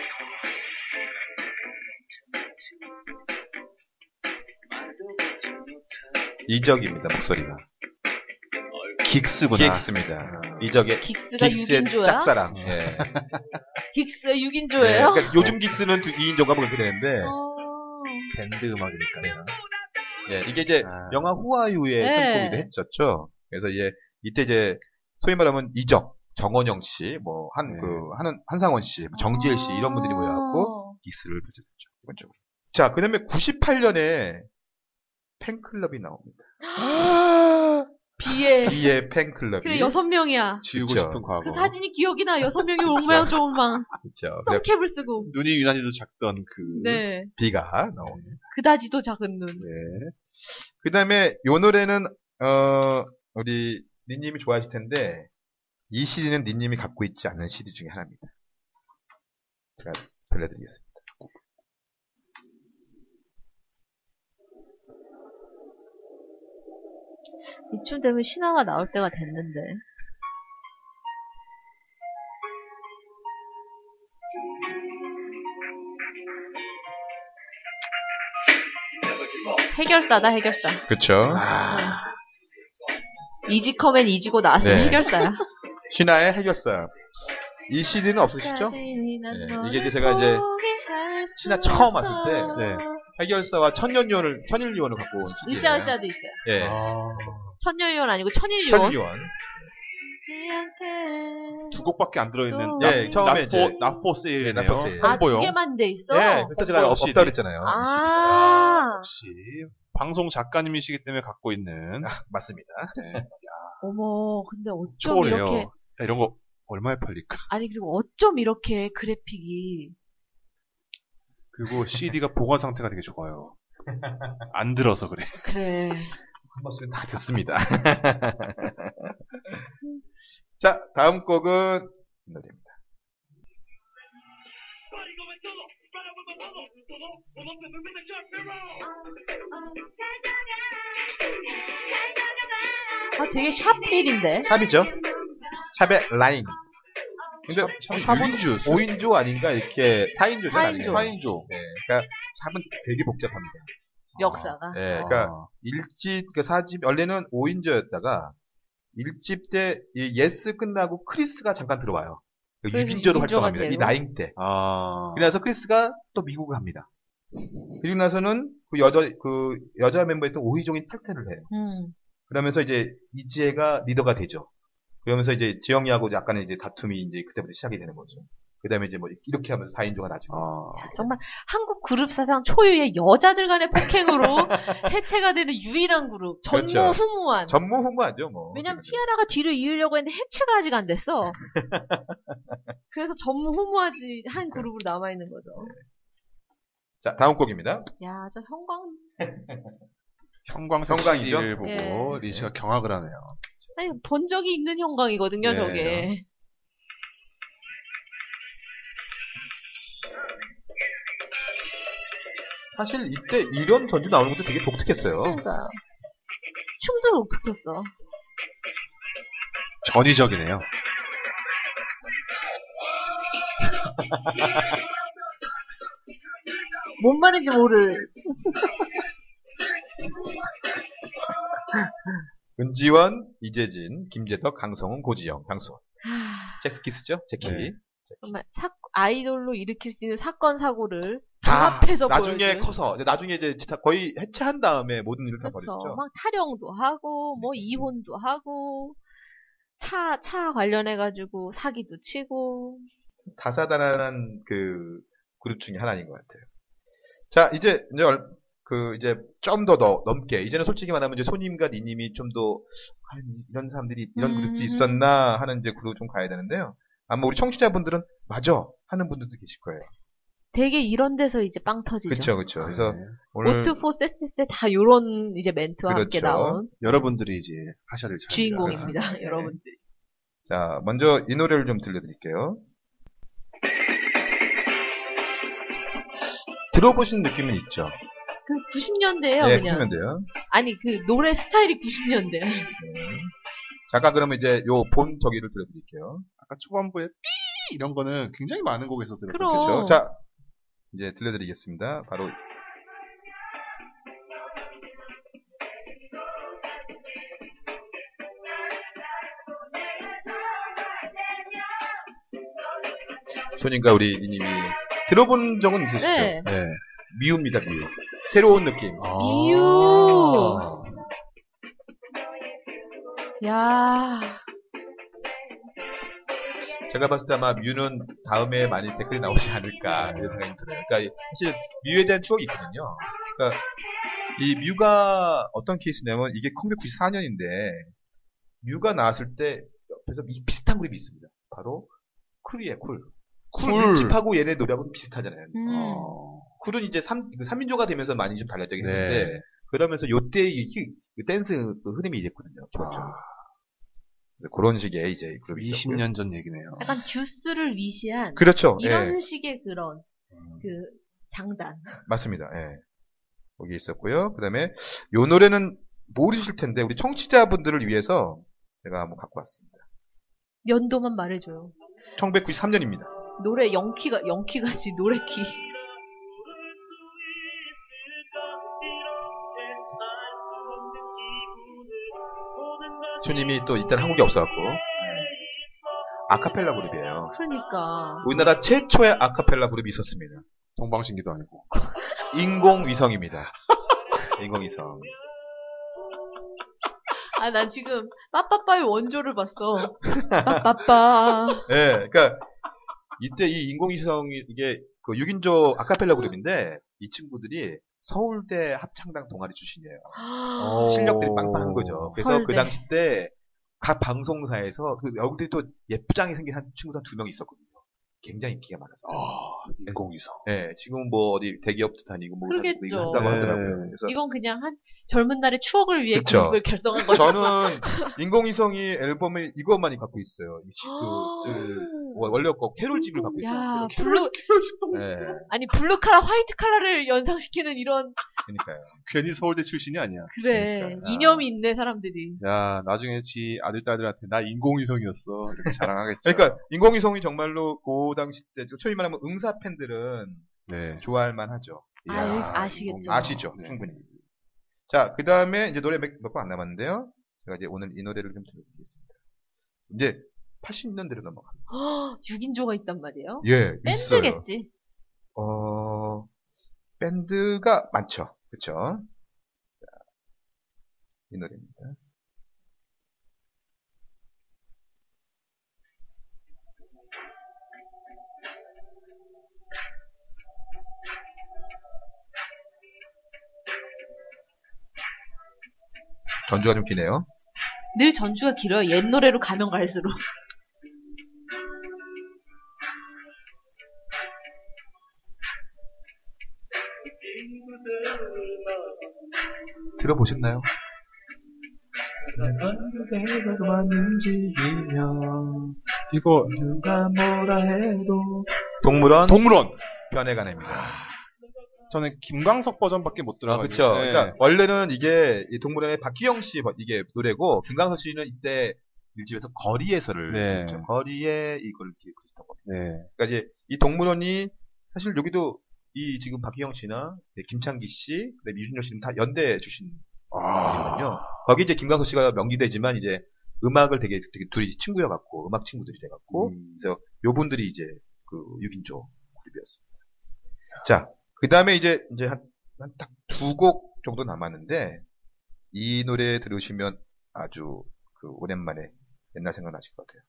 Speaker 3: 이적입니다 목소리가.
Speaker 4: 긱스구나. 네.
Speaker 3: 기엑스입니다. 이적의
Speaker 2: 긱스가
Speaker 3: 긱스의
Speaker 2: 6인조야?
Speaker 3: 짝사랑. 예.
Speaker 2: <laughs> 긱스가
Speaker 3: 네,
Speaker 2: 6인조예요? 어.
Speaker 3: 그러니까 요즘 긱스는 2인조가 뭐 그렇게 되는데
Speaker 4: 밴드 음악이니까요.
Speaker 3: 예, 이게 이제
Speaker 4: 아.
Speaker 3: 영화 후아유의
Speaker 2: 네.
Speaker 3: 선곡이기도 했었죠. 그래서 이제 이때 이제 소위 말하면 이적, 정원영 씨, 뭐 한 그
Speaker 4: 네.
Speaker 3: 하는 한상원 씨, 뭐 정지일 씨 이런
Speaker 2: 아.
Speaker 3: 분들이 모여갖고
Speaker 2: 어.
Speaker 3: 긱스를 발전했죠 기본적으로. 자, 그다음에 98년에 팬클럽이 나옵니다.
Speaker 2: 비에
Speaker 3: 이의
Speaker 2: 네.
Speaker 3: 팬클럽이
Speaker 2: 그래 여섯 명이야.
Speaker 4: 지우고
Speaker 3: 그쵸.
Speaker 4: 싶은 과거.
Speaker 2: 그 사진이 기억이 나. 여섯 명이 옹망 쫑망
Speaker 3: 있죠. 그래서
Speaker 2: 썸캡을
Speaker 3: 음.
Speaker 2: 쓰고.
Speaker 4: 눈이 유난히도 작던 그.
Speaker 2: 네.
Speaker 3: 비가 나옵니다.
Speaker 2: 그다지도 작은 눈.
Speaker 3: 네. 그다음에 요 노래는 어 우리 니님이 좋아하실 텐데 이 CD는 니님이 갖고 있지 않는 CD 중에 하나입니다. 제가 들려드리겠습니다.
Speaker 2: 이쯤 되면 신화가 나올 때가 됐는데. 해결사다 해결사.
Speaker 3: 그렇죠.
Speaker 2: 이지컴엔 이지고 나왔으면
Speaker 3: 네.
Speaker 2: 해결사야.
Speaker 3: 신화의 해결사. 이 CD는 없으시죠? 네, 이게 이제 제가 이제 신화 처음 왔을 때,
Speaker 4: 네.
Speaker 3: 해결사와 천년요원을 천일요원을 갖고 온 CD.
Speaker 2: 으쌰으쌰도 있어요.
Speaker 3: 예.
Speaker 4: 아.
Speaker 2: 천년요원 아니고 천일요원.
Speaker 3: 천일요원.
Speaker 4: 두 곡밖에 안 들어있는.
Speaker 2: 또-
Speaker 4: 나-
Speaker 3: 예, 처음에
Speaker 4: 나포,
Speaker 3: 이제-
Speaker 4: 나포 네, 세일이네요.
Speaker 3: 네, 나포 세일.
Speaker 2: 아, 두
Speaker 4: 홍보용.
Speaker 2: 개만 돼 있어?
Speaker 3: 예. 그래서 제가
Speaker 4: 없다
Speaker 3: 없다 그랬잖아요.
Speaker 2: 아,
Speaker 4: 역시 방송 작가님이시기 때문에 갖고 있는
Speaker 3: 아, 맞습니다.
Speaker 2: 어머, 근데 어쩜
Speaker 4: 초월해요.
Speaker 2: 이렇게,
Speaker 4: 야, 이런 거 얼마에 팔릴까? <laughs>
Speaker 2: 아니, 그리고 어쩜 이렇게 그래픽이.
Speaker 4: 그리고 CD가 보관 상태가
Speaker 3: <laughs>
Speaker 4: 되게 좋아요. 안 들어서 그래.
Speaker 2: 그래.
Speaker 3: 한 번씩은 다 듣습니다. 자, 다음 곡은 이 노래입니다.
Speaker 2: 아, 되게 샵빌인데?
Speaker 3: 샵이죠? 샵의 라인. 근데 샵은
Speaker 4: 6인조.
Speaker 3: 5인조 아닌가 이렇게 4인조죠.
Speaker 2: 4인조.
Speaker 3: 4인조. 네, 그러니까 샵은 되게 복잡합니다.
Speaker 2: 역사가.
Speaker 3: 예,
Speaker 4: 아,
Speaker 3: 그러니까 일집 그 사집 원래는 5인조였다가 일집 때이 예스 끝나고 크리스가 잠깐 들어와요. 그
Speaker 2: 그래서
Speaker 3: 6인조로
Speaker 2: 육인조가
Speaker 3: 활동합니다. 이
Speaker 2: 되고.
Speaker 3: 나인 때.
Speaker 4: 아.
Speaker 3: 그래서 크리스가 또 미국을 갑니다. 그리고 나서는 그 여자 그 여자 멤버였던 오희종이 탈퇴를 해요.
Speaker 2: 음.
Speaker 3: 그러면서 이제 이지혜가 리더가 되죠. 그러면서 이제 지영이하고 약간의 이제 다툼이 이제 그때부터 시작이 되는 거죠. 그다음에 이제 뭐 이렇게 하면서 4인조가 나중에
Speaker 4: 아.
Speaker 2: 정말 한국 그룹 사상 초유의 여자들 간의 폭행으로 해체가 되는 유일한 그룹.
Speaker 3: 그렇죠.
Speaker 2: 전무후무한.
Speaker 3: 전무후무하죠 뭐.
Speaker 2: 왜냐면
Speaker 3: 지금은.
Speaker 2: 티아라가 뒤를 이으려고 했는데 해체가 아직 안 됐어. 그래서 전무후무하지 한 그룹으로 남아있는 거죠.
Speaker 3: 자 다음 곡입니다.
Speaker 2: 야, 저 형광.
Speaker 4: 형광
Speaker 3: 형광이죠?
Speaker 4: CD를 보고
Speaker 2: 예.
Speaker 4: 린 씨가 경악을 하네요.
Speaker 2: 아니, 본 적이 있는 형광이거든요,
Speaker 4: 네.
Speaker 2: 저게.
Speaker 3: 사실 이때 이런 전주 나오는 것도 되게 독특했어요.
Speaker 2: 그러니까. 춤도 독특했어.
Speaker 4: 전위적이네요.
Speaker 2: 뭔 말인지 모를.
Speaker 3: 은지원, 이재진, 김재덕, 강성훈, 고지영, 강수원.
Speaker 2: 하,
Speaker 3: 잭스키스죠? 제키.
Speaker 4: 네.
Speaker 2: 정말 사- 아이돌로 일으킬 수 있는 사건, 사고를
Speaker 3: 다
Speaker 2: 앞에서
Speaker 3: 아, 나중에
Speaker 2: 보여준.
Speaker 3: 커서 이제 나중에 이제 진짜 거의 해체한 다음에 모든 일을 다
Speaker 2: 네. 그렇죠.
Speaker 3: 버렸죠. 네.
Speaker 2: 막 타령도 하고, 뭐 이혼도 하고, 차, 차 관련해가지고 사기도 치고.
Speaker 3: 다사다난한 그 그룹 중에 하나인 것 같아요. 자 이제 이제 얼- 그 이제 좀 더 더 넘게 이제는 솔직히 말하면 이제 손님과 니님이 좀 더 이런 사람들이 이런 그룹도
Speaker 2: 음.
Speaker 3: 있었나 하는 이제 그룹 좀 가야 되는데요. 아마 우리 청취자분들은 맞아 하는 분들도 계실 거예요.
Speaker 2: 되게 이런 데서 이제 빵 터지죠.
Speaker 3: 그렇죠 그렇죠. 그래서
Speaker 4: 네.
Speaker 3: 오늘
Speaker 2: 오트 포 세스세 다 요런 이제 멘트와 함께
Speaker 3: 그렇죠.
Speaker 2: 나온
Speaker 4: 여러분들이 이제 하셔야 될 차례입니다.
Speaker 2: 주인공입니다, <laughs>
Speaker 3: 네.
Speaker 2: 여러분.
Speaker 3: 자 먼저 이 노래를 좀 들려드릴게요. 들어보신 느낌은 있죠.
Speaker 2: 그 90년대예요,
Speaker 3: 예,
Speaker 2: 그냥.
Speaker 3: 보시면 돼요.
Speaker 2: 아니 그 노래 스타일이 90년대.
Speaker 3: 잠깐 그러면 이제 요 본 저기를 들려드릴게요.
Speaker 4: 아까 초반부에 삐 이런 거는 굉장히 많은 곡에서 들었요
Speaker 2: 그럼.
Speaker 3: 그렇죠.
Speaker 2: 어.
Speaker 3: 자, 이제 들려드리겠습니다. 바로 손님과 우리 니님이 들어본 적은 있으시죠?
Speaker 2: 네.
Speaker 3: 미우입니다, 미우. 새로운 느낌.
Speaker 2: 이유.
Speaker 3: 아.
Speaker 2: 야.
Speaker 3: 제가 봤을 때 아마 뮤는 다음에 많이 댓글이 나오지 않을까 이런 생각이 들어요. 그러니까 이- 사실 뮤에 대한 추억이 있거든요. 그러니까 이 뮤가 어떤 케이스냐면 이게 1994년인데 뮤가 나왔을 때 옆에서 이 비슷한 그룹이 있습니다. 바로 쿨이에요, 쿨. 쿨.
Speaker 4: 쿨.
Speaker 3: 집하고 얘네 노래하고는 비슷하잖아요. 어.
Speaker 2: 음.
Speaker 3: 쿨은 이제 3, 인조가 되면서 많이 좀 달라지긴
Speaker 4: 네.
Speaker 3: 했는데 그러면서 요때 이, 히- 그 댄스 그 흐름이 이랬거든요. 기본적으로. 그래서 그런 식의 이제 그룹이 있었고요.
Speaker 4: 20년 전 얘기네요.
Speaker 2: 약간 듀스를 위시한
Speaker 3: 그렇죠. 예.
Speaker 2: 이런 식의 그런
Speaker 3: 음.
Speaker 2: 그 장단.
Speaker 3: 맞습니다. 예. 거기 있었고요. 그다음에 요 노래는 모르실 텐데 우리 청취자분들을 위해서 제가 한번 갖고 왔습니다.
Speaker 2: 연도만 말해줘요.
Speaker 3: 1993년입니다.
Speaker 2: 노래 영키가 영키가지 노래키.
Speaker 3: 손님이 또 이때는 한국에 없어갖고 아카펠라 그룹이에요.
Speaker 2: 그러니까.
Speaker 3: 우리나라 최초의 아카펠라 그룹이 있었습니다.
Speaker 4: 동방신기도 아니고.
Speaker 3: 인공위성입니다. <laughs> 인공위성.
Speaker 2: 아 나 지금 빠빠빠의 원조를 봤어. 빠빠빠.
Speaker 3: 예, 그러니까 이때 이 인공위성이 이게 그 6인조 아카펠라 그룹인데 이 친구들이 서울대 합창단 동아리 출신이에요. 어.
Speaker 2: 어.
Speaker 3: 실력들이 빵빵한 거죠. 그래서
Speaker 2: 서울대.
Speaker 3: 그 당시 때 각 방송사에서 그 여기들이 또 예쁘장이 생긴 한 친구가 두 명 있었거든요. 굉장히 인기가 많았어요.
Speaker 4: 인공위성.
Speaker 3: 네, 지금 뭐 어디 대기업도 다니고 뭐
Speaker 2: 아. 그러겠죠.
Speaker 3: 이거 한다고
Speaker 4: 네.
Speaker 3: 하더라고요. 그래서
Speaker 2: 이건 그냥 한 젊은 날의 추억을 위해
Speaker 3: 그쵸.
Speaker 2: 그룹을 결성한 거죠.
Speaker 3: <laughs> 저는 인공위성이 앨범에 이것만이 갖고 있어요. 이 시- 그, 그 뭐 원래 거 캐롤집을 갖고
Speaker 2: 아. 야,
Speaker 3: 있어요.
Speaker 2: 블루
Speaker 3: 네,
Speaker 2: 아니 블루 칼라 화이트 칼라를 연상시키는 이런
Speaker 3: 그러니까요.
Speaker 4: 괜히 서울대 출신이 아니야.
Speaker 2: 그래
Speaker 3: 그러니까.
Speaker 2: 이념이 있네 사람들이.
Speaker 4: 야, 나중에 지 아들, 딸들한테 나 인공위성이었어. 이렇게 자랑하겠죠.
Speaker 3: 그러니까 인공위성이 정말로 그 당시 때 소위 말하면 응사 팬들은
Speaker 4: <laughs> 네.
Speaker 3: 좋아할 만하죠.
Speaker 2: 아,
Speaker 4: 이야,
Speaker 2: 아, 아시겠죠.
Speaker 3: 아시죠?
Speaker 4: 네.
Speaker 3: 충분히. 자, 그 다음에 이제 노래 몇곡안 남았는데요. 제가 이제 오늘 이 노래를 좀 들려드리겠습니다. 이제 80년대로 넘어갑니다.
Speaker 2: 헉, 6인조가 있단 말이에요.
Speaker 3: 예,
Speaker 2: 밴드겠지.
Speaker 3: 어, 밴드가 많죠. 그쵸? 자, 이 노래입니다. 전주가 좀 기네요.
Speaker 2: 늘 전주가 길어요. 옛 노래로 가면
Speaker 3: <laughs>
Speaker 2: 갈수록.
Speaker 3: 들어보셨나요?
Speaker 4: 이거
Speaker 3: 동물원
Speaker 4: 동물원.
Speaker 3: 변해가냅니다.
Speaker 4: 저는 김광석 버전밖에 못
Speaker 3: 아,
Speaker 4: 들어가지고.
Speaker 3: 그쵸.
Speaker 4: 네.
Speaker 3: 그러니까, 원래는 이게, 이 동물원의 박기영 씨, 버- 이게 노래고, 김광석 씨는 이때, 일집에서 거리에서를.
Speaker 4: 네.
Speaker 3: 했죠. 거리에 이걸 이렇게 그렸던 겁니다.
Speaker 4: 네.
Speaker 3: 그러니까 이제, 이 동물원이, 사실 여기도, 이 지금 박기영 씨나, 네, 김창기 씨, 그다음에 이준열 씨는 다 연대 출신이거든요.
Speaker 4: 아.
Speaker 3: 거기 이제 김광석 씨가 명기되지만, 이제, 음악을 되게, 되게 둘이 친구여갖고, 음악 친구들이 돼갖고,
Speaker 4: 음.
Speaker 3: 그래서 요분들이 이제, 그, 6인조 그룹이었습니다. 자, 그 다음에 이제, 이제 한, 딱 두 곡 정도 남았는데, 이 노래 들으시면 아주 그 오랜만에 옛날 생각 나실 것 같아요.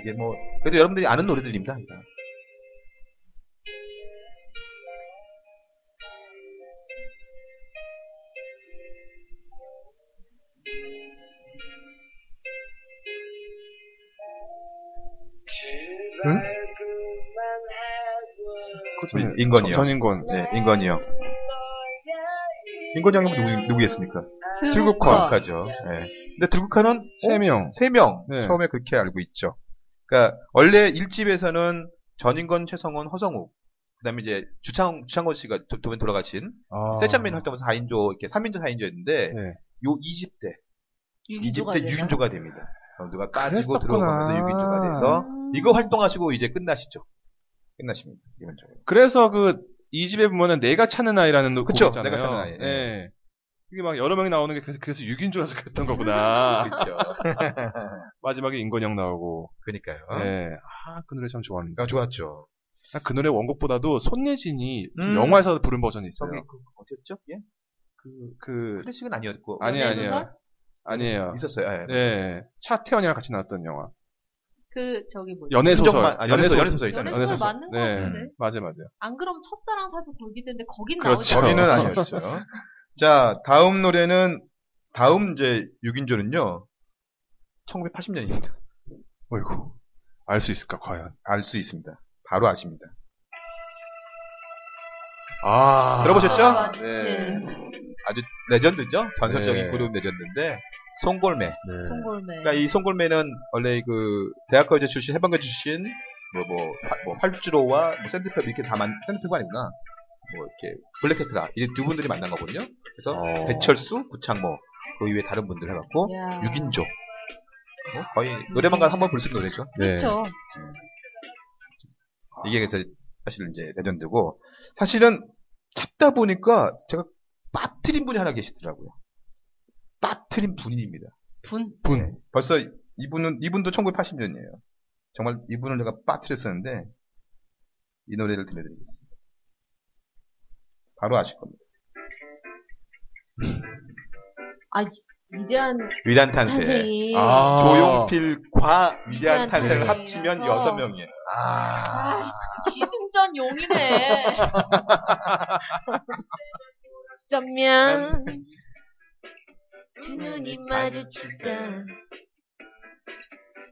Speaker 3: 이게 뭐, 그래도 여러분들이 아는 노래들입니다. 다.
Speaker 5: 응?
Speaker 3: 그렇죠. 저 인건이요.
Speaker 4: 전인권.
Speaker 3: 네, 인건이 형. 인건이 형이 누구, 누구겠습니까?
Speaker 2: 들국화.
Speaker 3: 들국화죠. 예. 근데 들국화는 세 명,
Speaker 4: 세명.
Speaker 3: 세 명.
Speaker 4: 어? 네.
Speaker 3: 처음에 그렇게 알고 있죠. 그러니까 원래 1집에서는 전인건, 최성원, 허성욱. 그 다음에 이제 주창, 주창건 씨가 도- 도면 돌아가신 세찬민 활동하면서 4인조, 이렇게 3인조, 4인조였는데
Speaker 4: 네.
Speaker 3: 요 20대,
Speaker 2: 6인조가
Speaker 3: 20대 6인조가 됩니다. 누가 빠지고
Speaker 4: 그랬었구나.
Speaker 3: 들어오면서 6인조가 돼서
Speaker 2: 음,
Speaker 3: 이거 활동하시고 이제 끝나시죠. 끝나십니다. 기본적으로.
Speaker 4: 그래서 그, 이 집에 보면은 내가 찾는 아이라는 노
Speaker 3: 그쵸,
Speaker 4: 곡 있잖아요.
Speaker 3: 내가 찾는 아이.
Speaker 4: 예. 이게 막 여러 명이 나오는 게 그래서 그래서 6인 줄 알아서 그랬던
Speaker 3: <laughs>
Speaker 4: 거구나.
Speaker 3: 그렇죠.
Speaker 4: <laughs> 마지막에 인권영 나오고.
Speaker 3: 그러니까요.
Speaker 4: 네. 아, 그 노래 참 좋았는데.
Speaker 3: 아, 좋았죠.
Speaker 4: 아, 그 노래 원곡보다도 손예진이
Speaker 3: 음.
Speaker 4: 영화에서 부른 버전이 있어요.
Speaker 3: 저기 그, 그 어디였죠? 예? 그
Speaker 4: 그
Speaker 3: 클래식은 아니었고
Speaker 4: 아니에요,
Speaker 2: 연애
Speaker 4: 아니에요.
Speaker 2: 소설?
Speaker 4: 아니에요.
Speaker 3: 있었어요. 예.
Speaker 4: 네. 차태현이랑 같이 나왔던 영화.
Speaker 2: 그 저기 뭐지?
Speaker 4: 연애 소설. 네.
Speaker 3: 순정만- 아, 연애 소설, 연애 소설
Speaker 2: 연애
Speaker 3: 있잖아요.
Speaker 2: 소설 맞는 거 같은데.
Speaker 4: 맞아요, 맞아요.
Speaker 2: 안 그럼 첫사랑 사도 돌기인데 거긴
Speaker 4: 그렇죠.
Speaker 2: 나오죠.
Speaker 4: 거기는
Speaker 3: 저기는
Speaker 4: 아니에요.
Speaker 3: 아니었죠. <laughs> 자, 다음 노래는 다음 이제 6인조는요. 1980년입니다.
Speaker 4: 어이구. 알 수 있을까, 과연.
Speaker 3: 알 수 있습니다. 바로 아십니다.
Speaker 4: 아.
Speaker 3: 들어보셨죠?
Speaker 2: 아, 그치.
Speaker 4: 네.
Speaker 3: 아주 레전드죠? 전설적인
Speaker 4: 네.
Speaker 3: 그룹 레전드인데 송골매.
Speaker 4: 네.
Speaker 2: 송골매.
Speaker 3: 그러니까 이 송골매는 원래 그 대학가요제 출신, 해방가 출신 뭐뭐 뭐, 활주로와 뭐 샌드팝 이렇게 다만 샌드팝이 아니구나. 뭐 이렇게 블랙헤트라 이두 분들이 만난 거거든요. 그래서
Speaker 4: 어.
Speaker 3: 배철수, 구창모 그 이외에 다른 분들 해갖고
Speaker 2: 야.
Speaker 3: 6인조. 뭐 거의 노래방 가서 한번 볼 수 있는 노래죠.
Speaker 4: 네.
Speaker 2: 그렇죠.
Speaker 3: 이게 그래서 사실 이제 레전드고 사실은 찾다 보니까 제가 빠트린 분이 하나 계시더라고요. 빠트린 분입니다.
Speaker 2: 분.
Speaker 3: 분. 벌써 이분은 이분도 1980년이에요. 정말 이분을 내가 빠트렸었는데 이 노래를 들려드리겠습니다. 바로 아실 겁니다.
Speaker 2: 아 이- 위대한
Speaker 3: 위대한 탄생.
Speaker 2: 선생님.
Speaker 4: 아.
Speaker 3: 조용필과 위대한
Speaker 2: 네. 위대한
Speaker 3: 탄생을
Speaker 2: 탄생이에요.
Speaker 3: 합치면
Speaker 2: 어.
Speaker 3: 여섯 명이에요.
Speaker 2: 아, 기승전 용이네. 썸면 두 눈이 마주치다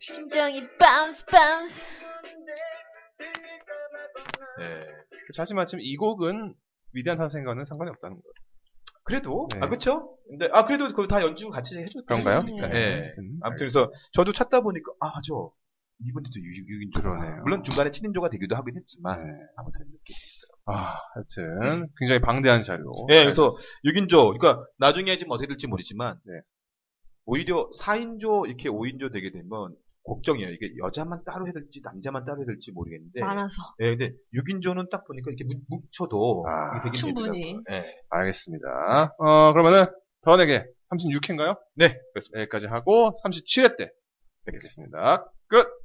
Speaker 2: 심장이 바운스 바운스
Speaker 3: 예.
Speaker 4: 하지만쯤 이 곡은 위대한 탄생과는 상관이 없다는 거예요.
Speaker 3: 그래도
Speaker 4: 네.
Speaker 3: 아 그렇죠. 근데 아 그래도 그거 다 연주 같이 해줬
Speaker 4: 그런가요?
Speaker 2: 그러니까,
Speaker 3: 예.
Speaker 4: 음,
Speaker 3: 아무튼 그래서 저도 찾다 보니까 아 저 이분들도 6인조
Speaker 4: 그러네요.
Speaker 3: 물론 중간에 7인조가 되기도 하긴 했지만
Speaker 4: 네.
Speaker 3: 아무튼 이렇게
Speaker 4: 아, 하여튼 굉장히 방대한 자료.
Speaker 3: 예 그래서 6인조 그러니까 나중에 지금 어떻게 될지 모르지만
Speaker 4: 네.
Speaker 3: 오히려 4인조 이렇게 5인조 되게 되면 걱정이에요 이게 여자만 따로 해야 될지 남자만 따로 해야 될지 모르겠는데
Speaker 2: 많아서
Speaker 3: 예 근데 6인조는 딱 보니까 이렇게 뭉- 뭉쳐도
Speaker 4: 아,
Speaker 3: 이게 되긴
Speaker 2: 충분히.
Speaker 3: 되더라고요. 예.
Speaker 4: 알겠습니다. 어, 그러면은 더내게 36회인가요?
Speaker 3: 네 그렇습니다
Speaker 4: 여기까지 하고 37회 때 뵙겠습니다. 끝.